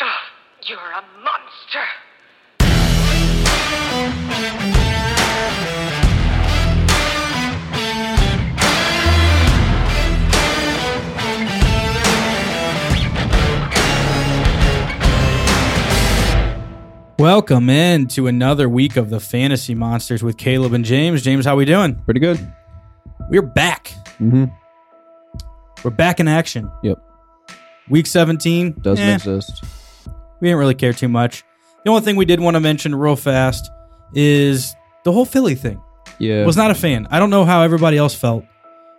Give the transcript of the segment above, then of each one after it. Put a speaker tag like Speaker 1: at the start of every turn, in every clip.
Speaker 1: Ah, You're a monster.
Speaker 2: Welcome in to another week of the Fantasy Monsters with Caleb and James. James, how we doing?
Speaker 3: Pretty good.
Speaker 2: We're back.
Speaker 3: Mm-hmm.
Speaker 2: We're back in action.
Speaker 3: Yep.
Speaker 2: Week 17
Speaker 3: Doesn't
Speaker 2: eh,
Speaker 3: exist.
Speaker 2: We didn't really care too much. The only thing we did want to mention real fast is the whole Philly thing.
Speaker 3: Yeah.
Speaker 2: Was not a fan. I don't know how everybody else felt.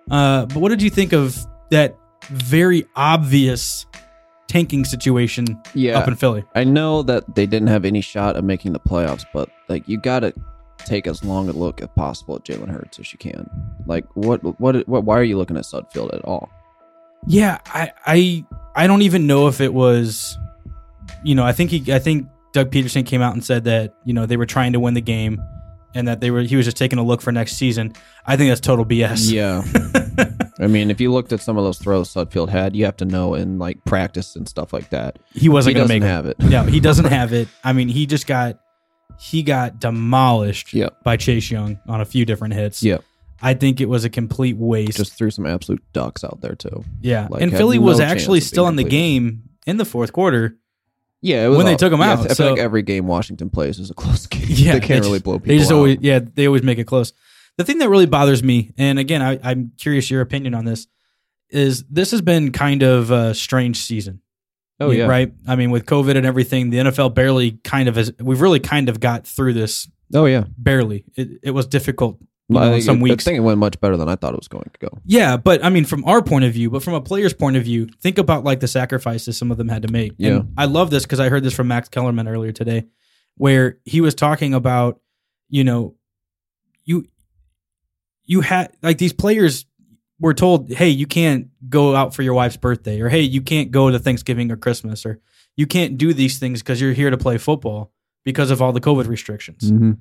Speaker 2: Uh, but what did you think of that very obvious tanking situation
Speaker 3: yeah.
Speaker 2: up in Philly?
Speaker 3: I know that they didn't have any shot of making the playoffs, but like you gotta take as long a look as possible at Jalen Hurts as you can. Like what what what why are you looking at Sudfield at all?
Speaker 2: Yeah, I, I I don't even know if it was, you know, I think he I think Doug Peterson came out and said that you know they were trying to win the game, and that they were he was just taking a look for next season. I think that's total BS.
Speaker 3: Yeah. I mean, if you looked at some of those throws Sudfield had, you have to know in like practice and stuff like that.
Speaker 2: he wasn't
Speaker 3: he
Speaker 2: going to
Speaker 3: doesn't
Speaker 2: make
Speaker 3: have it.
Speaker 2: No, he doesn't have it. I mean, he just got he got demolished
Speaker 3: Yep.
Speaker 2: by Chase Young on a few different hits.
Speaker 3: Yep.
Speaker 2: I think it was a complete waste.
Speaker 3: Just threw some absolute ducks out there too.
Speaker 2: yeah,
Speaker 3: like,
Speaker 2: and
Speaker 3: had
Speaker 2: Philly was
Speaker 3: no chance
Speaker 2: actually
Speaker 3: of being
Speaker 2: still in the
Speaker 3: completed.
Speaker 2: game in the fourth quarter.
Speaker 3: Yeah, it was
Speaker 2: When they
Speaker 3: all-
Speaker 2: took him
Speaker 3: yeah, I
Speaker 2: out,
Speaker 3: feel
Speaker 2: so-
Speaker 3: like every game Washington plays is a close game.
Speaker 2: Yeah,
Speaker 3: they can't
Speaker 2: just-
Speaker 3: really blow people.
Speaker 2: They just
Speaker 3: out.
Speaker 2: always yeah they always make it close. The thing that really bothers me, and again I, I'm curious your opinion on this, is this has been kind of a strange season.
Speaker 3: Oh yeah,
Speaker 2: right. I mean, with COVID and everything, the NFL barely kind of has. We've really kind of got through this
Speaker 3: Oh yeah.
Speaker 2: barely. It, it was difficult you
Speaker 3: I
Speaker 2: know,
Speaker 3: think
Speaker 2: some
Speaker 3: it-
Speaker 2: weeks.
Speaker 3: I think it went much better than I thought it was going to go.
Speaker 2: Yeah, but I mean, from our point of view, but from a player's point of view, think about like the sacrifices some of them had to make.
Speaker 3: Yeah.
Speaker 2: And I love this because I heard this from Max Kellerman earlier today, where he was talking about, you know, you, you had like these players were told, hey, you can't go out for your wife's birthday, or hey, you can't go to Thanksgiving or Christmas, or you can't do these things because you're here to play football because of all the COVID restrictions
Speaker 3: Mm-hmm.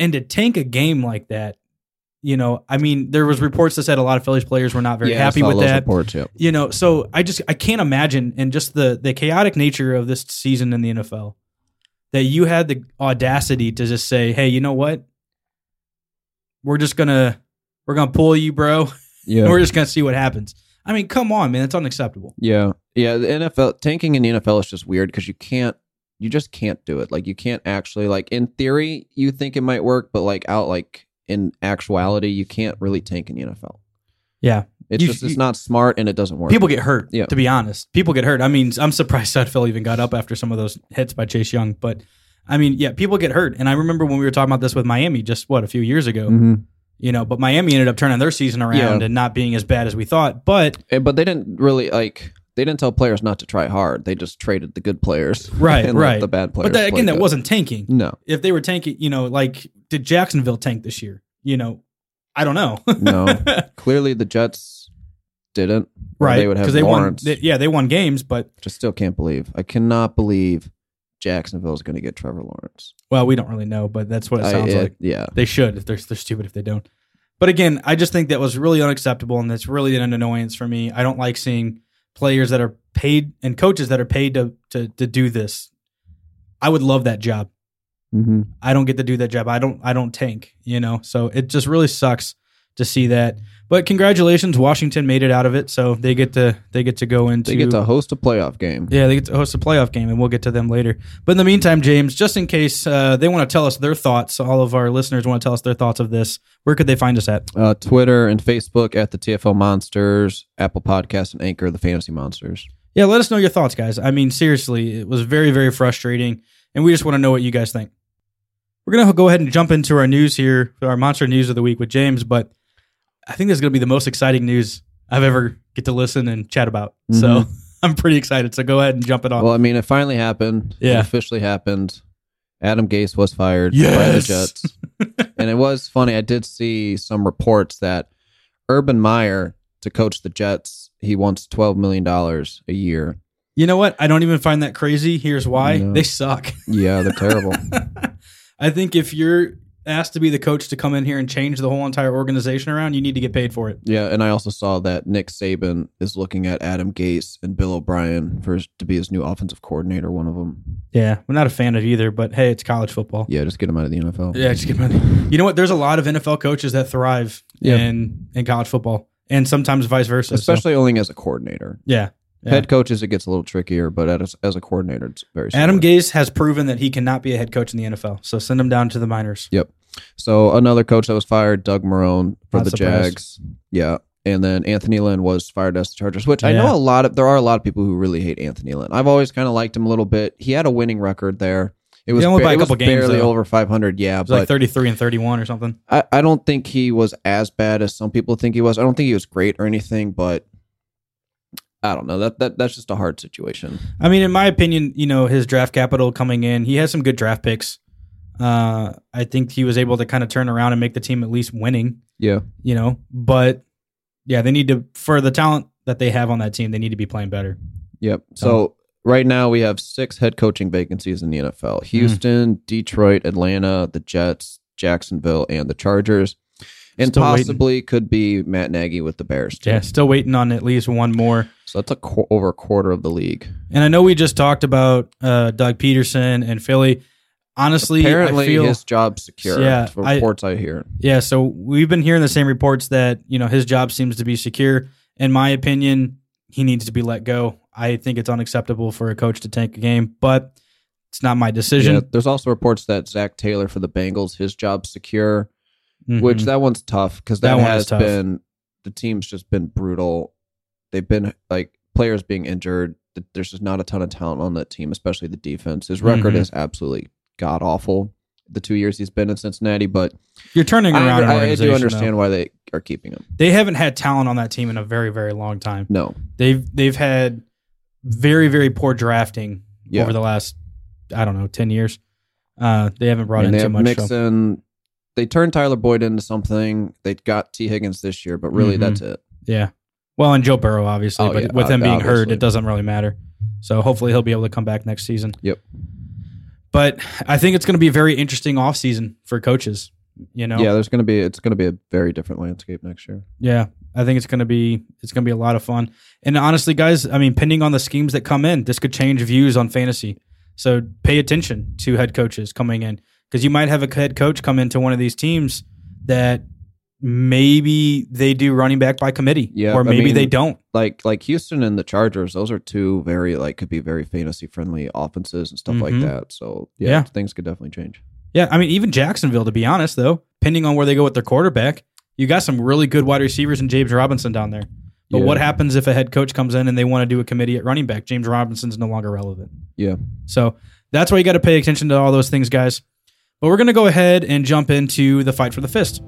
Speaker 2: and to tank a game like that, you know, I mean, there was reports that said a lot of Phillies players were not very happy with that.
Speaker 3: Reports, yeah.
Speaker 2: You know, so I just I can't imagine, and just the the chaotic nature of this season in the NFL, that you had the audacity to just say, "Hey, you know what? We're just gonna we're gonna pull you, bro.
Speaker 3: Yeah.
Speaker 2: And we're just gonna see what happens." I mean, come on, man, it's unacceptable.
Speaker 3: yeah. Yeah. The NFL tanking in the NFL is just weird because you can't you just can't do it. Like you can't actually like in theory you think it might work, but like out like in actuality you can't really tank in the NFL.
Speaker 2: Yeah.
Speaker 3: It's
Speaker 2: You-
Speaker 3: just
Speaker 2: you-
Speaker 3: it's not smart and it doesn't work.
Speaker 2: People get hurt.
Speaker 3: Yeah.
Speaker 2: To be honest, people get hurt. I mean, I'm surprised Sudfeld even got up after some of those hits by Chase Young. But I mean, yeah, people get hurt. And I remember when we were talking about this with Miami just what a few years ago.
Speaker 3: Mhm.
Speaker 2: You know, but Miami ended up turning their season around
Speaker 3: Yeah.
Speaker 2: and not being as bad as we thought. But
Speaker 3: Eh, But they didn't really like they didn't tell players not to try hard. They just traded the good players.
Speaker 2: Right,
Speaker 3: and let
Speaker 2: right.
Speaker 3: The bad players.
Speaker 2: but that,
Speaker 3: play
Speaker 2: again, that
Speaker 3: good.
Speaker 2: wasn't tanking.
Speaker 3: No.
Speaker 2: If they were tanking, you know, like did Jacksonville tank this year? You know, I don't know.
Speaker 3: No. Clearly the Jets didn't. or
Speaker 2: right?
Speaker 3: They would have
Speaker 2: they won.
Speaker 3: Lawrence.
Speaker 2: they- yeah, they won games, but
Speaker 3: Just still can't believe. I cannot believe Jacksonville is going to get Trevor Lawrence.
Speaker 2: well, we don't really know. But that's what it
Speaker 3: I-
Speaker 2: sounds like.
Speaker 3: Yeah.
Speaker 2: They should. If they're they're stupid if they don't. But again, I just think that was really unacceptable, and that's really an annoyance for me. I don't like seeing players that are paid and coaches that are paid to to to do this. I would love that job.
Speaker 3: Mm-hmm.
Speaker 2: I don't get to do that job. I don't I don't tank, you know. So it just really sucks to see that. But congratulations, Washington made it out of it, so they get to they get to go into
Speaker 3: They get to host a playoff game.
Speaker 2: yeah, they get to host a playoff game, and we'll get to them later. But in the meantime, James, just in case uh, they want to tell us their thoughts, all of our listeners want to tell us their thoughts of this. Where could they find us at?
Speaker 3: Uh, Twitter and Facebook at the TFL Monsters, Apple Podcasts and Anchor, the Fantasy Monsters.
Speaker 2: Yeah, let us know your thoughts, guys. I mean, seriously, it was very, very frustrating, and we just want to know what you guys think. We're gonna go ahead and jump into our news here, our monster news of the week with James. But I think this is gonna be the most exciting news I've ever get to listen and chat about. So I'm pretty excited. So go ahead and jump it off.
Speaker 3: Mm-hmm. Well, I mean, it finally happened. It
Speaker 2: Uh, Yeah.
Speaker 3: officially happened. Adam Gase was fired by the
Speaker 2: Yes!
Speaker 3: Jets. and it was funny. I did see some reports that Urban Meyer, to coach the Jets, he wants $12 million a year.
Speaker 2: you know what? I don't even find that crazy. Here's why:
Speaker 3: No.
Speaker 2: they suck.
Speaker 3: Yeah, they're terrible.
Speaker 2: I think if you're asked to be the coach to come in here and change the whole entire organization around, you need to get paid for it.
Speaker 3: Yeah, and I also saw that Nick Saban is looking at Adam Gates and Bill O'Brien for his, to be his new offensive coordinator. One of them.
Speaker 2: Yeah, I'm not a fan of either, but hey, it's college football.
Speaker 3: Yeah, just get him out of the NFL.
Speaker 2: Yeah, just get money. You know what? There's a lot of NFL coaches that thrive
Speaker 3: Yeah.
Speaker 2: in in college football, and sometimes vice versa. so-
Speaker 3: Especially owning as a coordinator.
Speaker 2: yeah. Yeah.
Speaker 3: Head coaches, it gets a little trickier, but as, as a coordinator, it's very similar.
Speaker 2: Adam Gase has proven that he cannot be a head coach in the NFL, so send him down to the minors.
Speaker 3: So another coach that was fired, Doug Marone for
Speaker 2: Not
Speaker 3: the
Speaker 2: surprised.
Speaker 3: Jags. Yeah. And then Anthony Lynn was fired as the Chargers, which I
Speaker 2: Yeah.
Speaker 3: know a lot of there are a lot of people who really hate Anthony Lynn. I've always kind of liked him a little bit. He had a winning record there. It was,
Speaker 2: Yeah, only
Speaker 3: ba-
Speaker 2: by a
Speaker 3: it was
Speaker 2: couple games,
Speaker 3: barely
Speaker 2: though.
Speaker 3: over 500. Yeah,
Speaker 2: It was
Speaker 3: but
Speaker 2: like 33 and 31 or something.
Speaker 3: I, I don't think he was as bad as some people think he was. I don't think he was great or anything, but I don't know. That that that's just a hard situation.
Speaker 2: I mean, in my opinion, you know, his draft capital coming in, he has some good draft picks. Uh, I think he was able to kind of turn around and make the team at least winning,
Speaker 3: Yeah.
Speaker 2: you know. But yeah, they need to for the talent that they have on that team, they need to be playing better.
Speaker 3: Yep.
Speaker 2: Um,
Speaker 3: So right now we have six head coaching vacancies in the
Speaker 2: Hmm.
Speaker 3: NFL: Houston, Detroit, Atlanta, the Jets, Jacksonville, and the Chargers. And
Speaker 2: Still waiting.
Speaker 3: possibly could be Matt Nagy with the Bears. Too.
Speaker 2: Yeah, still waiting on at least one more.
Speaker 3: So that's a qu- over a quarter of the league.
Speaker 2: And I know we just talked about uh, Doug Peterson and Philly. Honestly,
Speaker 3: Apparently,
Speaker 2: I feel,
Speaker 3: his job's secure.
Speaker 2: Yeah,
Speaker 3: from
Speaker 2: I-
Speaker 3: reports I hear.
Speaker 2: yeah. So we've been hearing the same reports that you know his job seems to be secure. In my opinion, he needs to be let go. I think it's unacceptable for a coach to tank a game, but it's not my decision.
Speaker 3: Yeah, there's also reports that Zach Taylor for the Bengals, his job's secure.
Speaker 2: Mhm.
Speaker 3: which that one's tough because
Speaker 2: That
Speaker 3: that,
Speaker 2: one is
Speaker 3: has
Speaker 2: tough.
Speaker 3: been the team's just been brutal. They've been like players being injured. Th- There's just not a ton of talent on that team, especially the defense. His record
Speaker 2: Mhm.
Speaker 3: is absolutely god awful. The two years he's been in Cincinnati, but
Speaker 2: you're turning
Speaker 3: I,
Speaker 2: around. an
Speaker 3: I- I
Speaker 2: organization,
Speaker 3: do
Speaker 2: though.
Speaker 3: understand why they are keeping him.
Speaker 2: they haven't had talent on that team in a very very long time.
Speaker 3: No,
Speaker 2: They've they've had very very poor drafting
Speaker 3: Yeah.
Speaker 2: over the last I don't know ten years. Uh, they haven't brought
Speaker 3: and
Speaker 2: in
Speaker 3: they
Speaker 2: too
Speaker 3: have
Speaker 2: much. so-
Speaker 3: Mixon. They turned Tyler Boyd into something. They got T Higgins this year, but really
Speaker 2: Mhm.
Speaker 3: that's it.
Speaker 2: Yeah. Well, and Joe Burrow, obviously,
Speaker 3: Oh,
Speaker 2: but
Speaker 3: yeah,
Speaker 2: with him being hurt,
Speaker 3: obviously.
Speaker 2: it doesn't really matter. So hopefully he'll be able to come back next season.
Speaker 3: Yep.
Speaker 2: But I think it's going to be a very interesting offseason for coaches. You know,
Speaker 3: Yeah, there's gonna be it's gonna be a very different landscape next year.
Speaker 2: Yeah. I think it's going to be it's going to be a lot of fun. And honestly, guys, I mean, pending on the schemes that come in, this could change views on fantasy. So pay attention to head coaches coming in because you might have a head coach come into one of these teams that maybe they do running back by committee,
Speaker 3: Yeah,
Speaker 2: or
Speaker 3: I
Speaker 2: maybe
Speaker 3: mean,
Speaker 2: they don't.
Speaker 3: like like Houston and the Chargers, those are two very like could be very fantasy friendly offenses and stuff
Speaker 2: Mhm.
Speaker 3: like that. So yeah,
Speaker 2: Yeah.
Speaker 3: things could definitely change.
Speaker 2: Yeah, I mean, even Jacksonville, to be honest, though, depending on where they go with their quarterback, you got some really good wide receivers and James Robinson down there. But
Speaker 3: Yeah.
Speaker 2: what happens if a head coach comes in and they want to do a committee at running back? James Robinson's no longer relevant.
Speaker 3: Yeah.
Speaker 2: So that's why you got to pay attention to all those things, guys. But we're going to go ahead and jump into the fight for the fist.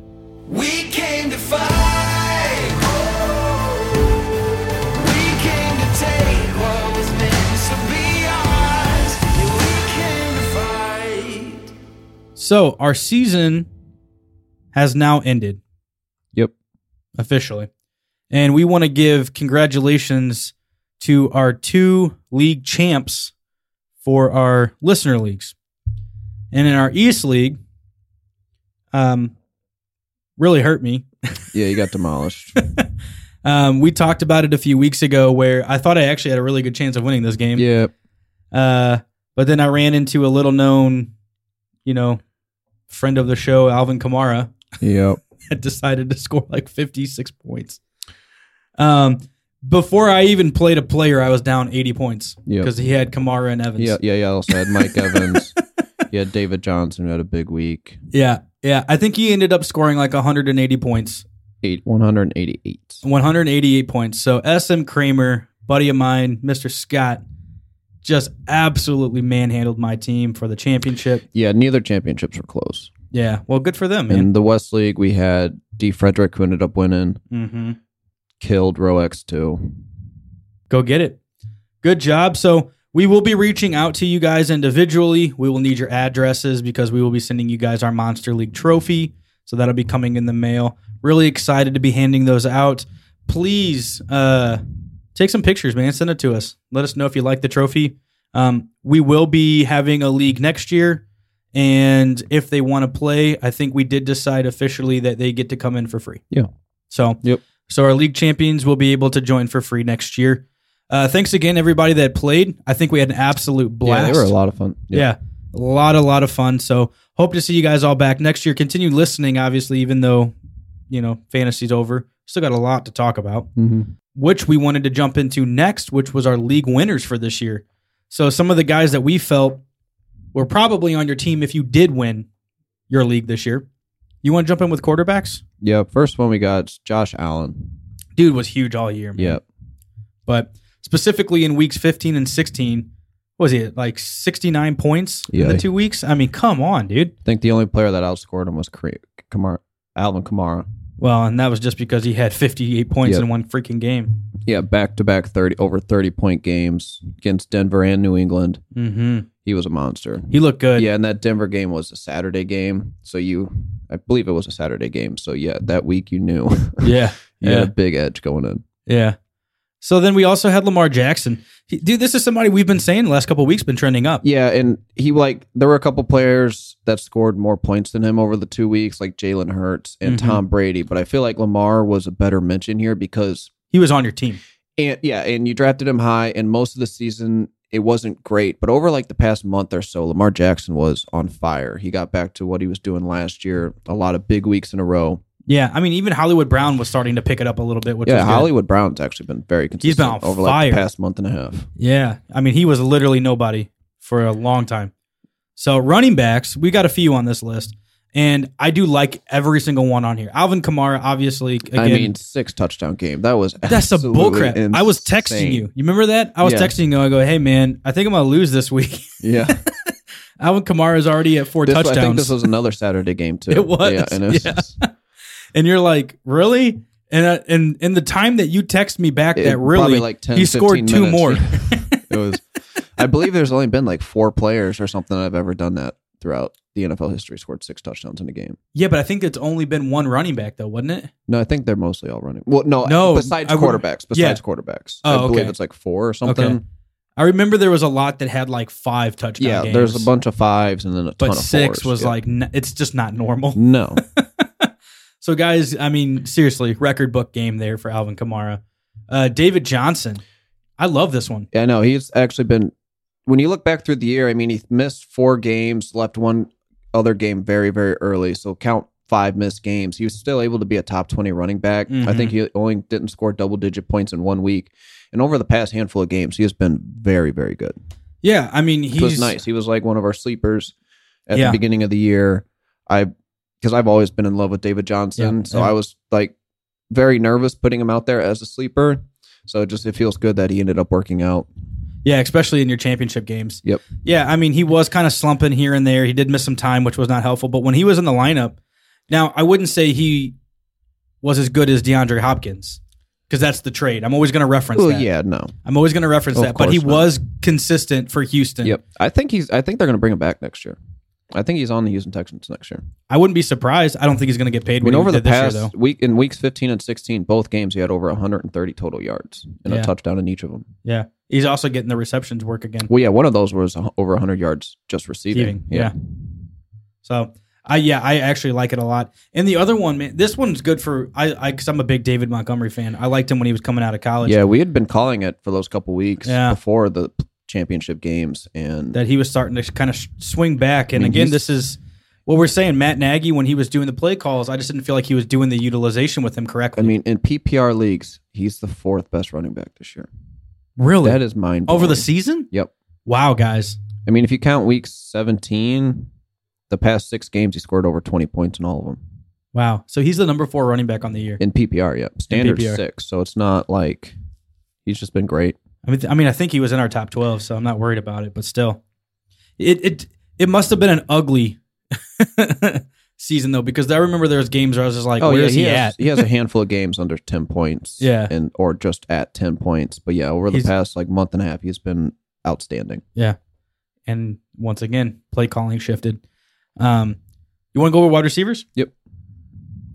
Speaker 1: We came to fight. We came to take what was meant to be ours. Yeah, we came to fight.
Speaker 2: So our season has now ended.
Speaker 3: Yep.
Speaker 2: officially. And we want to give congratulations to our two league champs for our listener leagues. And in our East League, um, really hurt me.
Speaker 3: Yeah, you got demolished.
Speaker 2: Um, we talked about it a few weeks ago where I thought I actually had a really good chance of winning this game.
Speaker 3: yeah.
Speaker 2: Uh, but then I ran into a little known, you know, friend of the show, Alvin Kamara,
Speaker 3: Yep.
Speaker 2: had decided to score like 56 points. Um, before I even played a player, I was down 80 points
Speaker 3: Yep.
Speaker 2: because he had Kamara and Evans.
Speaker 3: Yeah, yeah, yeah. I Also had Mike Evans. You had David Johnson who had a big week.
Speaker 2: Yeah. Yeah. I think he ended up scoring like 180 points,
Speaker 3: Eight one hundred and eighty eight.
Speaker 2: 188 points. So SM Kramer, buddy of mine, Mr. Scott, just absolutely manhandled my team for the championship.
Speaker 3: Yeah, neither championships were close.
Speaker 2: Yeah. Well, good for them, man.
Speaker 3: In the West League we had D Frederick who ended up winning,
Speaker 2: mm-hmm.
Speaker 3: killed Row X two.
Speaker 2: go get it. Good job. So we will be reaching out to you guys individually. We will need your addresses because we will be sending you guys our Monster League trophy. So that'll be coming in the mail. Really excited to be handing those out. Please uh, take some pictures, man. Send it to us. Let us know if you like the trophy. Um, we will be having a league next year, And if they want to play, I think we did decide officially that they get to come in for free.
Speaker 3: Yeah.
Speaker 2: So,
Speaker 3: Yep.
Speaker 2: so our league champions will be able to join for free next year. Uh, thanks again, everybody that played. I think we had an absolute blast.
Speaker 3: Yeah, they were a lot of fun.
Speaker 2: Yeah. A lot, a lot of fun. So hope to see you guys all back next year. Continue listening, obviously, even though, you know, fantasy's over. Still got a lot to talk about,
Speaker 3: hmm
Speaker 2: which we wanted to jump into next, which was our league winners for this year. So some of the guys that we felt were probably on your team if you did win your league this year. You want to jump in with quarterbacks?
Speaker 3: Yeah. First one we got is Josh Allen.
Speaker 2: Dude was huge all year. man.
Speaker 3: Yeah.
Speaker 2: But specifically in weeks 15 and 16, what was he at, like 69 points in
Speaker 3: Yeah.
Speaker 2: the two weeks? I mean, come on, dude.
Speaker 3: I think the only player that outscored him was Kare- Kamara, Alvin Kamara.
Speaker 2: Well, and that was just because he had 58 points
Speaker 3: Yep.
Speaker 2: in one freaking game.
Speaker 3: Yeah, back to back thirty over thirty point games against Denver and New England.
Speaker 2: hmm
Speaker 3: He was a monster.
Speaker 2: He looked good.
Speaker 3: Yeah, and that Denver game was a Saturday game. So you, I believe it was a Saturday game. So yeah, that week you knew
Speaker 2: yeah,
Speaker 3: you had
Speaker 2: yeah,
Speaker 3: a big edge going in.
Speaker 2: yeah. So then we also had Lamar Jackson. He, dude, this is somebody we've been saying the last couple of weeks been trending up.
Speaker 3: Yeah, and he like there were a couple players that scored more points than him over the two weeks, like Jalen Hurts and
Speaker 2: Mhm.
Speaker 3: Tom Brady. But I feel like Lamar was a better mention here because
Speaker 2: He was on your team.
Speaker 3: and yeah, and you drafted him high, and most of the season it wasn't great, but over like the past month or so, Lamar Jackson was on fire. He got back to what he was doing last year, a lot of big weeks in a row.
Speaker 2: Yeah, I mean, even Hollywood Brown was starting to pick it up a little bit, which
Speaker 3: yeah,
Speaker 2: was good.
Speaker 3: Hollywood Brown's actually been very consistent
Speaker 2: He's been on
Speaker 3: over
Speaker 2: fire.
Speaker 3: like the past month and a half.
Speaker 2: Yeah, I mean, he was literally nobody for a long time. So running backs, we got a few on this list, and I do like every single one on here. Alvin Kamara, obviously. Again,
Speaker 3: I mean, six touchdown game. That was
Speaker 2: That's a
Speaker 3: absolutely
Speaker 2: bullcrap. I was texting
Speaker 3: insane.
Speaker 2: you. You remember that? I was
Speaker 3: Yeah.
Speaker 2: texting you. I go, hey man, I think I'm gonna lose this week.
Speaker 3: Yeah,
Speaker 2: Alvin Kamara is already at four
Speaker 3: This- I think
Speaker 2: touchdowns,
Speaker 3: this was another Saturday game too.
Speaker 2: It was,
Speaker 3: Yeah, and it was
Speaker 2: yeah. and you're like, really? And uh, and in the time that you text me back,
Speaker 3: it-
Speaker 2: that really
Speaker 3: probably like 10,
Speaker 2: he scored
Speaker 3: 15
Speaker 2: two
Speaker 3: minutes.
Speaker 2: more.
Speaker 3: it was. I believe there's only been like four players or something I've ever done that throughout the NFL history scored six touchdowns in a game.
Speaker 2: yeah, but I think it's only been one running back though, wasn't it?
Speaker 3: No, I think they're mostly all running. Well, no,
Speaker 2: No,
Speaker 3: besides
Speaker 2: I would-
Speaker 3: quarterbacks, besides quarterbacks.
Speaker 2: Oh,
Speaker 3: I believe
Speaker 2: okay.
Speaker 3: it's like four or something.
Speaker 2: Okay. I remember there was a lot that had like five touchdown.
Speaker 3: Yeah,
Speaker 2: games,
Speaker 3: there's a bunch of fives and then a ton
Speaker 2: but
Speaker 3: of
Speaker 2: six
Speaker 3: fours.
Speaker 2: was
Speaker 3: Yeah.
Speaker 2: like n- it's just not normal.
Speaker 3: no.
Speaker 2: So guys, I mean, seriously, record book game there for Alvin Kamara. Uh, David Johnson, I love this one.
Speaker 3: Yeah, no, he's actually been. When you look back through the year, I mean, he missed four games, left one other game very, very early. So count five missed games. He was still able to be a top 20 running back. I think
Speaker 2: Mm-hmm.
Speaker 3: he only didn't score double digit points in one week. And over the past handful of games, he has been very, very good.
Speaker 2: Yeah, I mean, he's
Speaker 3: It was nice. He was like one of our sleepers at
Speaker 2: Yeah.
Speaker 3: the beginning of the year. I because I've always been in love with David Johnson,
Speaker 2: Yeah,
Speaker 3: so
Speaker 2: yeah.
Speaker 3: I was like very nervous putting him out there as a sleeper. So it just it feels good that he ended up working out.
Speaker 2: Yeah, especially in your championship games.
Speaker 3: Yep.
Speaker 2: Yeah, I mean, he was kind of slumping here and there. He did miss some time, which was not helpful. But when he was in the lineup, now I wouldn't say he was as good as DeAndre Hopkins because that's the trade. I'm always going to reference
Speaker 3: Oh
Speaker 2: that.
Speaker 3: yeah, no,
Speaker 2: I'm always going to reference
Speaker 3: Of
Speaker 2: that. But he
Speaker 3: course not.
Speaker 2: was consistent for Houston.
Speaker 3: Yep. I think he's I think they're gonna bring him back next year. I think he's on the Houston Texans next year.
Speaker 2: I wouldn't be surprised. I don't think he's going to get paid.
Speaker 3: I mean,
Speaker 2: what he
Speaker 3: over the
Speaker 2: did this year,
Speaker 3: past
Speaker 2: though.
Speaker 3: week in weeks 15 and 16, both games he had over 130 total yards and
Speaker 2: Yeah.
Speaker 3: a touchdown in each of them.
Speaker 2: Yeah, he's also getting the receptions work again.
Speaker 3: Well, yeah, one of those was over 100 yards just receiving.
Speaker 2: Receiving, yeah. So I yeah, I actually like it a lot. And the other one, man, this one's good for I I because I'm a big David Montgomery fan. I liked him when he was coming out of college.
Speaker 3: Yeah, we had been calling it for those couple weeks
Speaker 2: Yeah.
Speaker 3: before the championship games, and
Speaker 2: that he was starting to kind of sh- swing back. And
Speaker 3: I mean,
Speaker 2: again,
Speaker 3: he's-
Speaker 2: this is what we're saying. Matt Nagy, when he was doing the play calls, I just didn't feel like he was doing the utilization with him correctly.
Speaker 3: I mean, in PPR leagues, he's the fourth best running back this year.
Speaker 2: really,
Speaker 3: That is mind
Speaker 2: over the season?
Speaker 3: Yep.
Speaker 2: Wow, guys.
Speaker 3: I mean, if you count week 17, the past six games he scored over 20 points in all of them
Speaker 2: Wow. So he's the number four running back on the year.
Speaker 3: in PPR. Yep, standard
Speaker 2: PPR.
Speaker 3: six, so it's not like he's just been great.
Speaker 2: I mean, I mean, I think he was in our top twelve, so I'm not worried about it. But still, it it it must have been an ugly season though, because I remember there was games where I was just like, "Where's
Speaker 3: Oh,
Speaker 2: he
Speaker 3: he, has,
Speaker 2: at?"
Speaker 3: he has a handful of games under 10 points.
Speaker 2: Yeah.
Speaker 3: and or just at 10 points. But yeah, over the
Speaker 2: He's-
Speaker 3: past like month and a half, he's been outstanding.
Speaker 2: And once again, play calling shifted. Um, you want to go over wide receivers?
Speaker 3: Yep.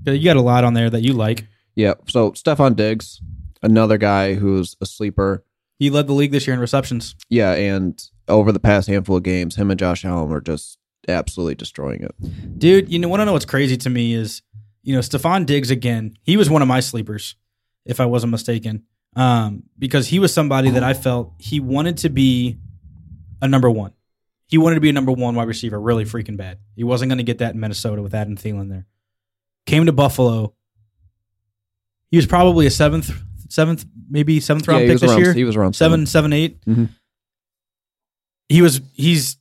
Speaker 2: Yeah, You got a lot on there that you like.
Speaker 3: Yeah. So Stefan Diggs, another guy who's a sleeper.
Speaker 2: He led the league this year in receptions.
Speaker 3: Yeah, and over the past handful of games, him and Josh Allen were just absolutely destroying it.
Speaker 2: Dude, you know, want to know what's crazy to me is, you know, Stefan Diggs again. He was one of my sleepers, if I wasn't mistaken, um, because he was somebody that I felt he wanted to be a number one. He wanted to be a number one wide receiver really freaking bad. He wasn't going to get that in Minnesota with Adam Thielen there. Came to Buffalo. He was probably a seventh, seventh, maybe seventh round
Speaker 3: yeah, he
Speaker 2: pick
Speaker 3: was
Speaker 2: this
Speaker 3: around,
Speaker 2: year
Speaker 3: he was around
Speaker 2: seven, seven, eight.
Speaker 3: Mhm.
Speaker 2: He was he's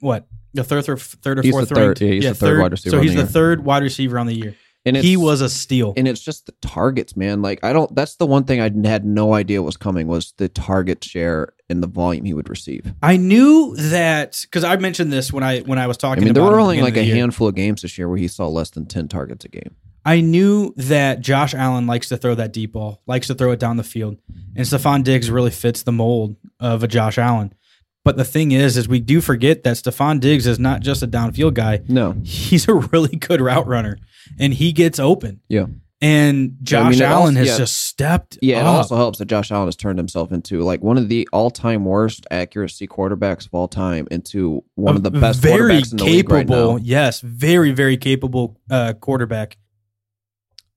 Speaker 2: what the third or third or
Speaker 3: He's the
Speaker 2: fourth
Speaker 3: third-
Speaker 2: ranked?
Speaker 3: yeah, he's the third wide receiver
Speaker 2: So
Speaker 3: on
Speaker 2: he's
Speaker 3: the
Speaker 2: the
Speaker 3: year.
Speaker 2: third wide receiver on the year.
Speaker 3: and it's,
Speaker 2: he was a steal.
Speaker 3: and it's just the targets, man. Like I don't. That's the one thing I had no idea was coming was the target share and the volume he would receive.
Speaker 2: I knew that because I mentioned this when I when I was
Speaker 3: I
Speaker 2: talking.
Speaker 3: mean, there
Speaker 2: about
Speaker 3: were
Speaker 2: him at
Speaker 3: only
Speaker 2: the end
Speaker 3: like
Speaker 2: of the
Speaker 3: a
Speaker 2: year.
Speaker 3: handful of games this year where he saw less than ten targets a game.
Speaker 2: I knew that Josh Allen likes to throw that deep ball, likes to throw it down the field, and Stephon Diggs really fits the mold of a Josh Allen. But the thing is, is we do forget that Stephon Diggs is not just a downfield guy.
Speaker 3: No,
Speaker 2: He's a really good route runner, and he gets open.
Speaker 3: yeah,
Speaker 2: And
Speaker 3: Yeah, I mean,
Speaker 2: Josh
Speaker 3: it also-
Speaker 2: Allen has
Speaker 3: yeah.
Speaker 2: just stepped
Speaker 3: yeah. It
Speaker 2: up.
Speaker 3: also helps that Josh Allen has turned himself into like one of the all-time worst accuracy quarterbacks of all time, into one of the
Speaker 2: A
Speaker 3: best
Speaker 2: very
Speaker 3: quarterbacks in the
Speaker 2: capable,
Speaker 3: league right now.
Speaker 2: yes, very very capable uh, quarterback.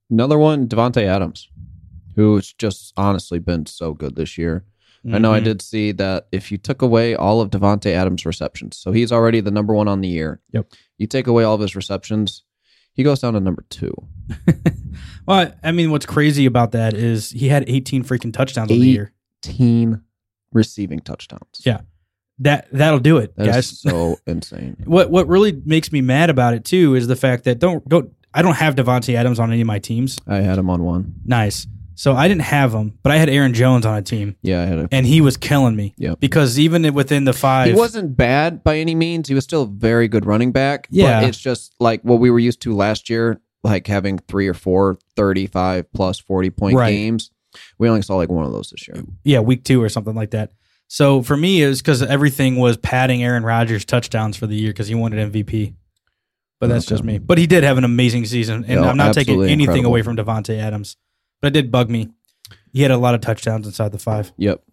Speaker 3: Another one, Devonte Adams, who's just honestly been so good this year. I know I
Speaker 2: Mhm.
Speaker 3: did see that if you took away all of Devonte Adams' receptions, so he's already the number one on the year.
Speaker 2: Yep.
Speaker 3: You take away all of his receptions, he goes down to number two.
Speaker 2: Well, I I mean, what's crazy about that is he had 18 freaking touchdowns on the
Speaker 3: Eight.
Speaker 2: year.
Speaker 3: Teen receiving touchdowns.
Speaker 2: Yeah, That that'll do it,
Speaker 3: That is
Speaker 2: guys.
Speaker 3: so insane.
Speaker 2: What what really makes me mad about it too is the fact that don't go. I don't have Devontae Adams on any of my teams.
Speaker 3: I had him on one.
Speaker 2: Nice. So I didn't have him, but I had Aaron Jones on a team,
Speaker 3: Yeah, I had him.
Speaker 2: and he was killing me.
Speaker 3: Yep.
Speaker 2: Because even within the five,
Speaker 3: He wasn't bad by any means. He was still a very good running back.
Speaker 2: Yeah.
Speaker 3: But it's just like what we were used to last year, like having three or four 35 plus 40 point
Speaker 2: Right.
Speaker 3: games. We only saw like one of those this year.
Speaker 2: yeah, week two or something like that. So for me, it was because everything was padding Aaron Rodgers' touchdowns for the year because he wanted MVP. But that's
Speaker 3: Okay.
Speaker 2: just me. But he did have an amazing season, and
Speaker 3: Yeah,
Speaker 2: I'm not taking
Speaker 3: absolutely
Speaker 2: anything
Speaker 3: incredible.
Speaker 2: away from Devonte Adams. But it did bug me. He had a lot of touchdowns inside the five.
Speaker 3: Yep.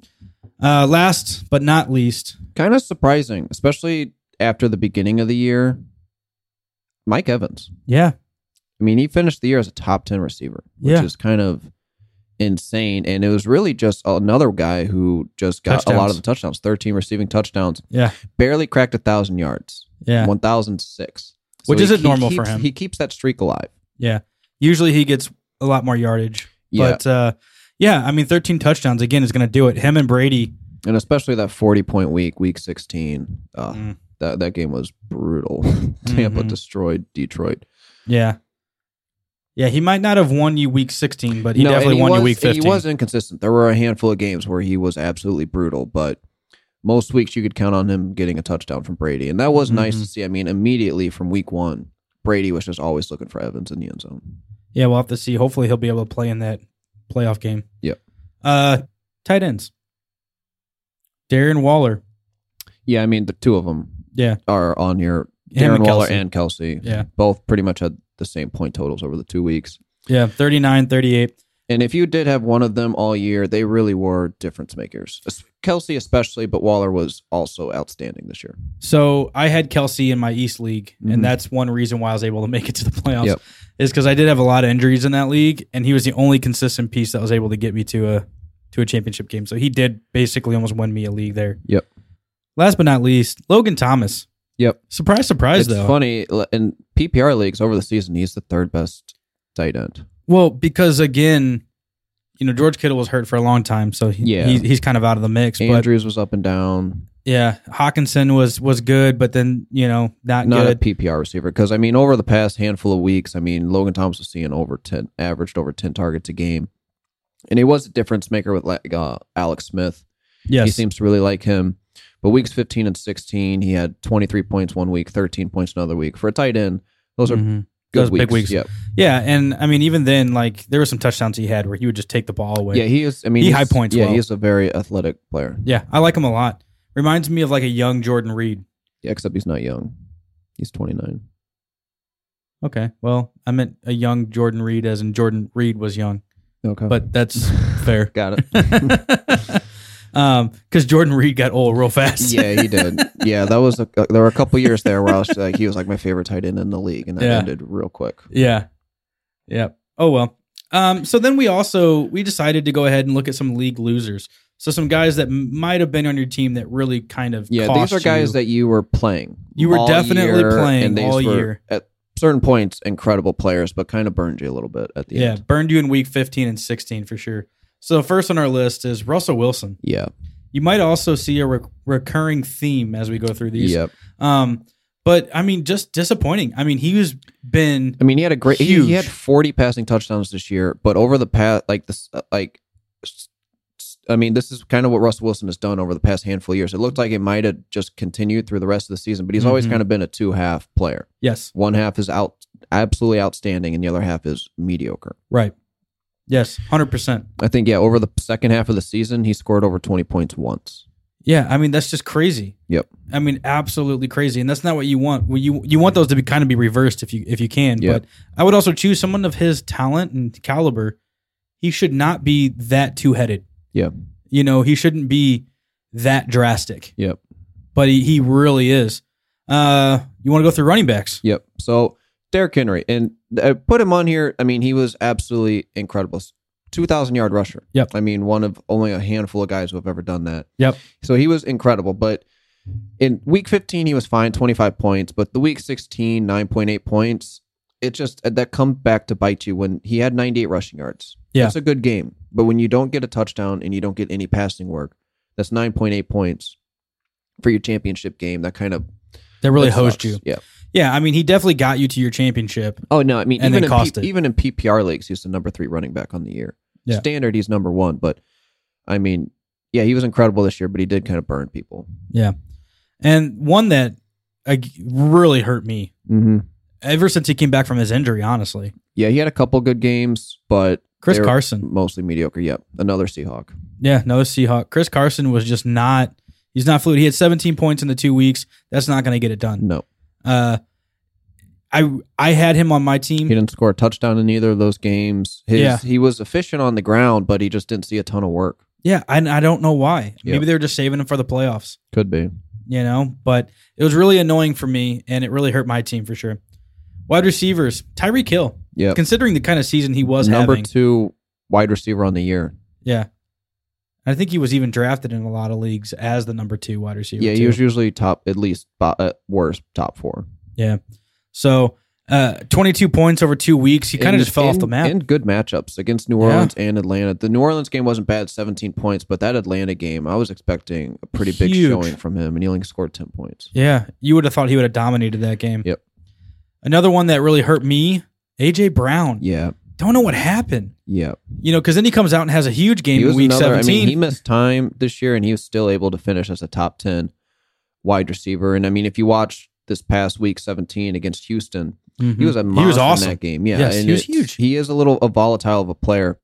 Speaker 2: Uh, last but not least,
Speaker 3: Kind of surprising, especially after the beginning of the year. Mike Evans.
Speaker 2: yeah,
Speaker 3: I mean, he finished the year as a top 10 receiver, which
Speaker 2: Yeah.
Speaker 3: is kind of insane. And it was really just another guy who just got a lot
Speaker 2: Touchdowns.
Speaker 3: of the touchdowns 13 receiving touchdowns,
Speaker 2: yeah,
Speaker 3: barely cracked a 1,000 yards.
Speaker 2: yeah,
Speaker 3: 1006
Speaker 2: Which
Speaker 3: he-
Speaker 2: isn't
Speaker 3: he
Speaker 2: normal for
Speaker 3: keeps-
Speaker 2: him.
Speaker 3: he keeps that streak alive
Speaker 2: yeah. Usually he gets a lot more yardage,
Speaker 3: yeah
Speaker 2: but uh, yeah, I mean, 13 touchdowns again is going to do it. Him and Brady,
Speaker 3: and especially that 40 point week week 16 uh,
Speaker 2: Mm.
Speaker 3: that, that game was brutal tampa
Speaker 2: Mhm.
Speaker 3: destroyed detroit
Speaker 2: Yeah. Yeah, he might not have won you week 16, but he
Speaker 3: No, and
Speaker 2: definitely won
Speaker 3: was,
Speaker 2: you week
Speaker 3: and
Speaker 2: 15.
Speaker 3: he was inconsistent there were a handful of games where he was absolutely brutal but most weeks you could count on him getting a touchdown from brady and that was nice
Speaker 2: Mm-hmm.
Speaker 3: to see i mean immediately from week one brady was just always looking for evans in the end zone
Speaker 2: yeah, we'll have to see. Hopefully, he'll be able to play in that playoff game.
Speaker 3: Yep.
Speaker 2: Uh, tight ends. Darren Waller.
Speaker 3: yeah i mean the two of them
Speaker 2: Yeah.
Speaker 3: are on your
Speaker 2: Him
Speaker 3: Darren
Speaker 2: and
Speaker 3: Waller
Speaker 2: Kelsey.
Speaker 3: and Kelsey.
Speaker 2: Yeah.
Speaker 3: Both pretty much had the same point totals over the two weeks.
Speaker 2: Yeah, 39, 38.
Speaker 3: And if you did have one of them all year, they really were difference makers. Es- Kelsey especially, but Waller was also outstanding this year.
Speaker 2: So I had Kelsey in my East League,
Speaker 3: Mhm.
Speaker 2: and that's one reason why I was able to make it to the playoffs.
Speaker 3: Yep.
Speaker 2: Is because I did have a lot of injuries in that league, and he was the only consistent piece that was able to get me to a to a championship game. So he did basically almost win me a league there.
Speaker 3: Yep.
Speaker 2: Last but not least, Logan Thomas.
Speaker 3: Yep.
Speaker 2: Surprise, surprise,
Speaker 3: It's
Speaker 2: though.
Speaker 3: funny l- in PPR leagues over the season, he's the third best tight end.
Speaker 2: Well, because again, you know, George Kittle was hurt for a long time, so he,
Speaker 3: Yeah.
Speaker 2: he- he's kind of out of the mix.
Speaker 3: Andrews was up and down,
Speaker 2: but yeah, Hawkinson was was good, but then you know, not,
Speaker 3: not
Speaker 2: good.
Speaker 3: a PPR receiver. Because I mean, over the past handful of weeks, I mean, Logan Thomas was seeing over ten, averaged over ten targets a game, and he was a difference maker with like uh, Alex Smith. He
Speaker 2: yes,
Speaker 3: seems to really like him. But weeks 15 and 16, he had 23 points one week, 13 points another week. For a tight end, those are
Speaker 2: Mhm.
Speaker 3: good
Speaker 2: Those
Speaker 3: weeks.
Speaker 2: big weeks.
Speaker 3: Yep.
Speaker 2: yeah, and I mean, even then, like there were some touchdowns he had where he would just take the ball away.
Speaker 3: Yeah, he is. I mean,
Speaker 2: He
Speaker 3: he's-
Speaker 2: high points
Speaker 3: Yeah,
Speaker 2: well.
Speaker 3: he's a very athletic player,
Speaker 2: Yeah, I like him a lot. Reminds me of like a young Jordan Reed.
Speaker 3: Yeah, except he's not young. He's 29.
Speaker 2: Okay, well, I meant a young Jordan Reed, as in Jordan Reed was young,
Speaker 3: Okay.
Speaker 2: but that's fair.
Speaker 3: Got it.
Speaker 2: Um, because Jordan Reed got old real fast.
Speaker 3: Yeah, he did. Yeah, that was a, there were a couple years there where I was like, he was like my favorite tight end in the league, and that
Speaker 2: Yeah.
Speaker 3: ended real quick.
Speaker 2: Yeah. Yep. Oh well. Um, so then we also we decided to go ahead and look at some league losers. So some guys that m- might have been on your team that really kind of
Speaker 3: Yeah,
Speaker 2: cost
Speaker 3: these are guys
Speaker 2: you.
Speaker 3: that you were playing.
Speaker 2: You were
Speaker 3: all
Speaker 2: definitely
Speaker 3: year,
Speaker 2: playing
Speaker 3: and these
Speaker 2: all
Speaker 3: were,
Speaker 2: year.
Speaker 3: At certain points, incredible players, but kind of burned you a little bit at the
Speaker 2: yeah
Speaker 3: end.
Speaker 2: burned you in week fifteen and sixteen for sure. So first on our list is Russell Wilson.
Speaker 3: Yeah.
Speaker 2: You might also see a rec- recurring theme as we go through these.
Speaker 3: Yep.
Speaker 2: Um, but I mean, just disappointing. I mean, he has been
Speaker 3: I mean, he had a great. He,
Speaker 2: Huge.
Speaker 3: he had 40 passing touchdowns this year, but over the past, like this, uh, like, s- s- I mean, this is kind of what Russell Wilson has done over the past handful of years. It looked like it might have just continued through the rest of the season, but he's always
Speaker 2: Mhm.
Speaker 3: kind of been a two half player.
Speaker 2: yes,
Speaker 3: One half is out, absolutely outstanding, and the other half is mediocre.
Speaker 2: right, yes, hundred percent.
Speaker 3: I think, yeah, over the second half of the season, he scored over 20 points once.
Speaker 2: Yeah, I mean that's just crazy.
Speaker 3: Yep.
Speaker 2: I mean absolutely crazy, and that's not what you want. Well, you you want those to be kind of be reversed if you if you can.
Speaker 3: Yep.
Speaker 2: But I would also choose someone of his talent and caliber. He should not be that two headed.
Speaker 3: Yep.
Speaker 2: You know he shouldn't be that drastic,
Speaker 3: Yep.
Speaker 2: but he, he really is. Uh, you want to go through running backs?
Speaker 3: Yep. So Derrick Henry, and I put him on here. I mean, he was absolutely incredible. 2,000 yard rusher.
Speaker 2: Yep.
Speaker 3: I mean, one of only a handful of guys who have ever done that.
Speaker 2: Yep.
Speaker 3: So he was incredible. But in week 15, he was fine, 25 points. But the week 16, 9.8 points, it just uh, that comes back to bite you when he had 98 rushing yards.
Speaker 2: Yeah.
Speaker 3: That's a good game. But when you don't get a touchdown and you don't get any passing work, that's 9.8 points for your championship game. That kind of
Speaker 2: That really
Speaker 3: that
Speaker 2: hosed
Speaker 3: sucks.
Speaker 2: you.
Speaker 3: Yeah.
Speaker 2: Yeah, I mean he definitely got you to your championship.
Speaker 3: Oh no, I mean
Speaker 2: And
Speaker 3: even
Speaker 2: they
Speaker 3: in
Speaker 2: cost
Speaker 3: P-
Speaker 2: it.
Speaker 3: even in PPR leagues, he's the number three running back on the year.
Speaker 2: Yeah.
Speaker 3: Standard, he's number one, but I mean, yeah, he was incredible this year, but he did kind of burn people.
Speaker 2: And one that uh, really hurt me
Speaker 3: Mm-hmm.
Speaker 2: ever since he came back from his injury. Honestly,
Speaker 3: Yeah, he had a couple good games, but
Speaker 2: Chris
Speaker 3: They're-
Speaker 2: Carson.
Speaker 3: mostly mediocre. Yep, another Seahawk.
Speaker 2: Yeah, no Seahawk. Chris Carson was just not. He's not fluid. He had 17 points in the two weeks. That's not going to get it done.
Speaker 3: No,
Speaker 2: Uh, I I had him on my
Speaker 3: he
Speaker 2: team.
Speaker 3: didn't score a touchdown in either of those games. His,
Speaker 2: Yeah.
Speaker 3: he was efficient on the ground, but he just didn't see a ton of work.
Speaker 2: Yeah, I, I don't know why.
Speaker 3: Yeah.
Speaker 2: Maybe they were just saving him for the playoffs,
Speaker 3: Could be.
Speaker 2: you know. But it was really annoying for me, and it really hurt my team for sure. Wide receivers, Tyreek Hill.
Speaker 3: Yeah,
Speaker 2: Considering the kind of season he was
Speaker 3: number
Speaker 2: having,
Speaker 3: two wide receiver on the year.
Speaker 2: yeah, I think he was even drafted in a lot of leagues as the number two wide receiver.
Speaker 3: Yeah,
Speaker 2: too.
Speaker 3: he was usually top at least bo- uh, worst top four.
Speaker 2: so uh, 22 points over two weeks. He kind
Speaker 3: in-
Speaker 2: of just fell off
Speaker 3: in-
Speaker 2: the map.
Speaker 3: In good matchups against New
Speaker 2: Yeah.
Speaker 3: Orleans and Atlanta. The New Orleans game wasn't bad, 17 points, but that Atlanta game, I was expecting a pretty big
Speaker 2: Huge.
Speaker 3: showing from him, and he only scored 10 points.
Speaker 2: Yeah, you would have thought he would have dominated that game.
Speaker 3: Yep.
Speaker 2: Another one that really hurt me, AJ Brown.
Speaker 3: Yeah,
Speaker 2: Don't know what happened.
Speaker 3: yeah.
Speaker 2: You know, because then he comes out and has a huge game
Speaker 3: He
Speaker 2: in
Speaker 3: was
Speaker 2: week
Speaker 3: another, I
Speaker 2: seventeen.
Speaker 3: mean, he missed time this year, and he was still able to finish as a top 10 wide receiver. And I mean, if you watch this past week 17 against Houston, he was a monster
Speaker 2: Mm-hmm. he was awesome.
Speaker 3: in that game. Yeah,
Speaker 2: Yes, he was
Speaker 3: it's-
Speaker 2: huge.
Speaker 3: He is a little a volatile of a player.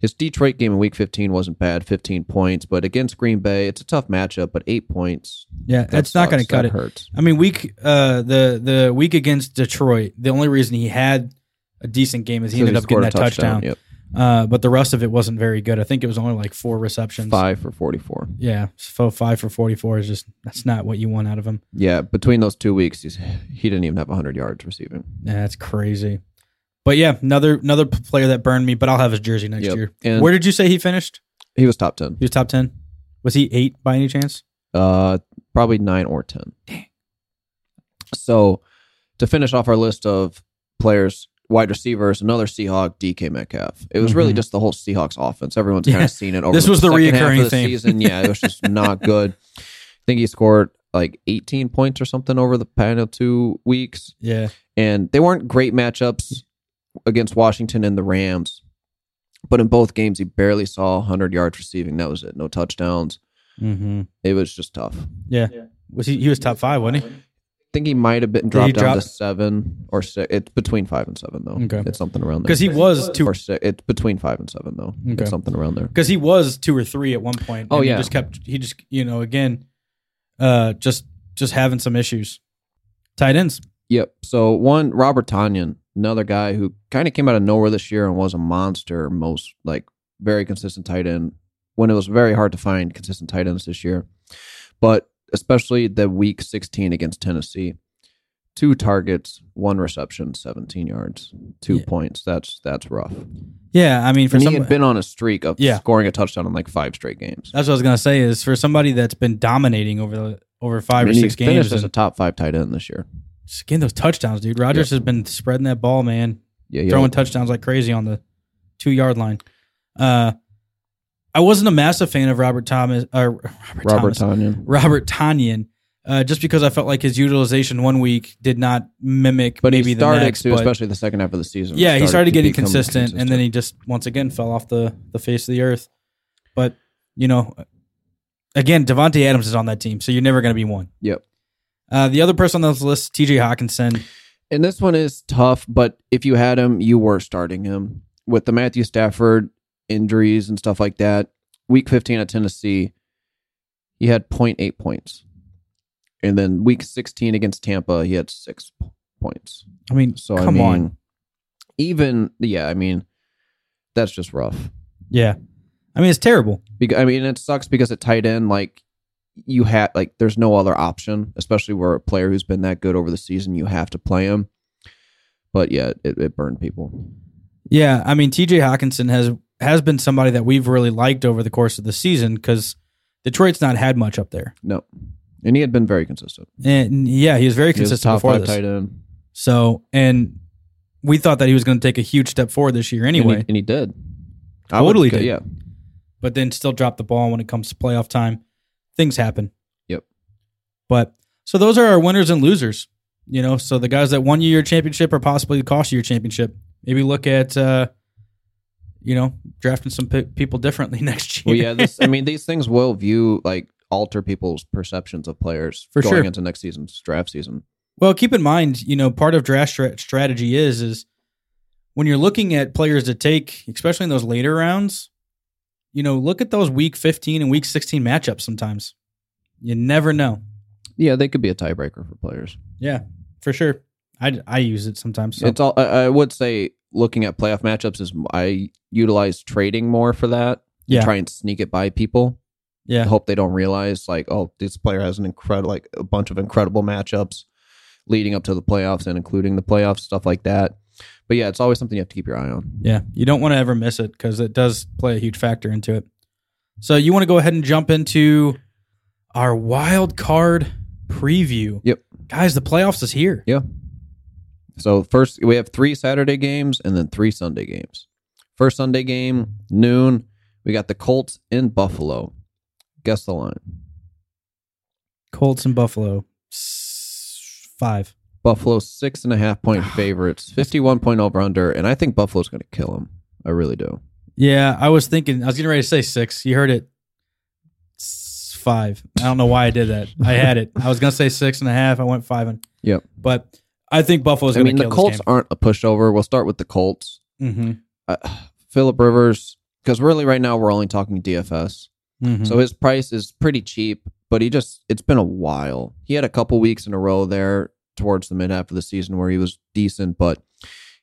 Speaker 3: His Detroit game in Week 15 wasn't bad, 15 points, but against Green Bay, it's a tough matchup. But eight points,
Speaker 2: yeah,
Speaker 3: that
Speaker 2: that's not going to
Speaker 3: sucks.
Speaker 2: cut
Speaker 3: That
Speaker 2: it.
Speaker 3: Hurts.
Speaker 2: I mean, week uh, the the week against Detroit, the only reason he had a decent game is he
Speaker 3: So
Speaker 2: ended up getting
Speaker 3: scored a
Speaker 2: that touchdown.
Speaker 3: Yep.
Speaker 2: Uh, but the rest of it wasn't very good. I think it was only like four receptions.
Speaker 3: Five for 44.
Speaker 2: Yeah, so five for forty-four is just that's not what you want out of him.
Speaker 3: Yeah, between those two weeks, he's, he didn't even have 100 yards receiving.
Speaker 2: Yeah, That's crazy. But yeah, another another p- player that burned me, but I'll have his jersey next
Speaker 3: Yep.
Speaker 2: year.
Speaker 3: And-
Speaker 2: Where did you say he finished?
Speaker 3: He was top 10,
Speaker 2: He was top ten. Was he eight by any chance?
Speaker 3: uh, probably nine or 10.
Speaker 2: Dang.
Speaker 3: So to finish off our list of players, wide receivers, another Seahawk, DK Metcalf. It was really
Speaker 2: Mhm.
Speaker 3: just the whole Seahawks offense. Everyone's
Speaker 2: Yeah.
Speaker 3: kind of seen it over
Speaker 2: This was the
Speaker 3: second half
Speaker 2: reoccurring
Speaker 3: of the
Speaker 2: theme.
Speaker 3: season. Yeah, it was just not good. I think he scored like 18 points or something over the panel two weeks.
Speaker 2: Yeah.
Speaker 3: and they weren't great matchups against Washington and the Rams. But in both games, he barely saw 100 yards receiving. That was it. No touchdowns.
Speaker 2: Mm-hmm.
Speaker 3: It was just tough. I
Speaker 2: Yeah. Was he? He was top five, wasn't he?
Speaker 3: think he might have been
Speaker 2: Did he
Speaker 3: dropped down
Speaker 2: drop-
Speaker 3: to seven or six. It's between five and seven, though.
Speaker 2: Okay.
Speaker 3: It's something around there.
Speaker 2: Because he was two.
Speaker 3: or six. It's between five and seven, though.
Speaker 2: Okay.
Speaker 3: It's something around there.
Speaker 2: Because he was two or three at one point.
Speaker 3: Oh,
Speaker 2: and
Speaker 3: yeah.
Speaker 2: He just kept. He just you know again, uh, just just having some issues. Tight ends.
Speaker 3: Yep. So one, Robert Tanyan, another guy who kind of came out of nowhere this year and was a monster, most like very consistent tight end when it was very hard to find consistent tight ends this year. But especially the week 16 against Tennessee, two targets, one reception, 17 yards, two
Speaker 2: Yeah.
Speaker 3: points. That's that's rough.
Speaker 2: Yeah, I mean, for
Speaker 3: and
Speaker 2: some,
Speaker 3: he had been on a streak of
Speaker 2: Yeah.
Speaker 3: scoring a touchdown in like five straight games.
Speaker 2: that's what I was gonna say is for somebody that's been dominating over the over five
Speaker 3: I
Speaker 2: or
Speaker 3: mean,
Speaker 2: six
Speaker 3: he finished
Speaker 2: games,
Speaker 3: as a
Speaker 2: and
Speaker 3: top five tight end this year.
Speaker 2: just getting those touchdowns, dude. Rodgers has been spreading that ball, man.
Speaker 3: Yeah, yeah.
Speaker 2: throwing touchdowns like crazy on the two yard line. Uh, I wasn't a massive fan of Robert Thomas or Robert,
Speaker 3: Robert
Speaker 2: Thomas,
Speaker 3: Tanyan.
Speaker 2: Robert Tanyan, uh, just because I felt like his utilization one week did not mimic
Speaker 3: But
Speaker 2: maybe
Speaker 3: he
Speaker 2: the
Speaker 3: started
Speaker 2: next.
Speaker 3: to,
Speaker 2: but
Speaker 3: especially the second half of the season.
Speaker 2: yeah, he started
Speaker 3: to
Speaker 2: getting
Speaker 3: become
Speaker 2: consistent, and then he just once again fell off the the face of the earth. But you know, again, Devontae Adams is on that team, so you're never going to be one.
Speaker 3: Yep.
Speaker 2: Uh, the other person on this list, T.J. Hawkinson.
Speaker 3: And this one is tough, but if you had him, you were starting him. With the Matthew Stafford injuries and stuff like that, week 15 at Tennessee, he had 0.8 points. And then week 16 against Tampa, he had six p- points.
Speaker 2: I mean,
Speaker 3: So, I
Speaker 2: come
Speaker 3: mean,
Speaker 2: on,
Speaker 3: even, yeah, I mean, that's just rough.
Speaker 2: yeah. I mean, it's terrible.
Speaker 3: Because, I mean, it sucks because at tight end, like, you had, like, there's no other option, especially where a player who's been that good over the season, you have to play him. But yeah, it, it burned people.
Speaker 2: Yeah, I mean TJ Hawkinson has has been somebody that we've really liked over the course of the season because Detroit's not had much up there,
Speaker 3: No. And he had been very consistent.
Speaker 2: and yeah, he was very
Speaker 3: He was
Speaker 2: consistent before this.
Speaker 3: tight end.
Speaker 2: So, and we thought that he was going to take a huge step forward this year
Speaker 3: And he-
Speaker 2: anyway,
Speaker 3: and he, did. I
Speaker 2: Totally
Speaker 3: would-
Speaker 2: did.
Speaker 3: Yeah,
Speaker 2: but then still dropped the ball when it comes to playoff time. Things happen.
Speaker 3: Yep.
Speaker 2: But so those are our winners and losers. You know, so the guys that won you your championship or possibly cost you your championship. Maybe look at, uh, you know, drafting some pe- people differently next year.
Speaker 3: well, yeah. This, I mean, these things will view like alter people's perceptions of players
Speaker 2: For
Speaker 3: going
Speaker 2: sure.
Speaker 3: into next season's draft season.
Speaker 2: Well, keep in mind, you know, part of draft stra- strategy is is when you're looking at players to take, especially in those later rounds, you know, look at those week 15 and week 16 matchups sometimes. You never know.
Speaker 3: Yeah, they could be a tiebreaker for players.
Speaker 2: Yeah, for sure. I, I use it sometimes. So.
Speaker 3: It's all. I, I would say looking at playoff matchups is I utilize trading more for that. and
Speaker 2: Yeah.
Speaker 3: try and sneak it by people.
Speaker 2: yeah.
Speaker 3: hope they don't realize like oh this player has an incredible like a bunch of incredible matchups leading up to the playoffs and including the playoffs stuff like that but yeah it's always something you have to keep your eye on
Speaker 2: Yeah. You don't want to ever miss it because it does play a huge factor into it. So you want to go ahead and jump into our wild card preview.
Speaker 3: Yep.
Speaker 2: Guys, the playoffs is here.
Speaker 3: yeah so first we have three saturday games and then three sunday games first sunday game noon we got the colts in buffalo guess the line
Speaker 2: Colts and Buffalo. S- Five.
Speaker 3: buffalo six and a half point favorites 51 point over under and i think buffalo's gonna kill them i really do
Speaker 2: Yeah, I was thinking. I was getting ready to say six. You heard it. S- Five. I don't know why I did that. I had it. I was gonna say six and a half. I went five and.
Speaker 3: Yep.
Speaker 2: But I think Buffalo's
Speaker 3: i
Speaker 2: gonna
Speaker 3: mean the
Speaker 2: kill
Speaker 3: colts aren't a pushover we'll start with the colts
Speaker 2: this game. Mm-hmm.
Speaker 3: uh, Philip Rivers, because really right now we're only talking DFS.
Speaker 2: hmm
Speaker 3: So his price is pretty cheap, but he just it's been a while. He had a couple weeks in a row there towards the mid half of the season where he was decent, but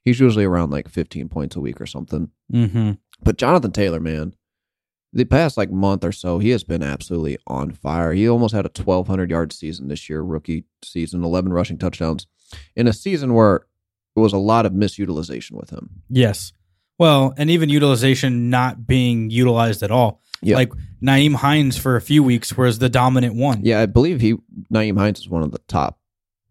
Speaker 3: he's usually around like 15 points a week or something.
Speaker 2: hmm
Speaker 3: But Jonathan Taylor, man, the past like month or so, he has been absolutely on fire. He almost had a 1,200 yard season this year, rookie season, 11 rushing touchdowns, in a season where it was a lot of misutilization with him.
Speaker 2: Yes. Well, and even utilization not being utilized at all.
Speaker 3: Yeah.
Speaker 2: Like Naeem Hines for a few weeks was the dominant one.
Speaker 3: Yeah, I believe he Naeem Hines is one of the top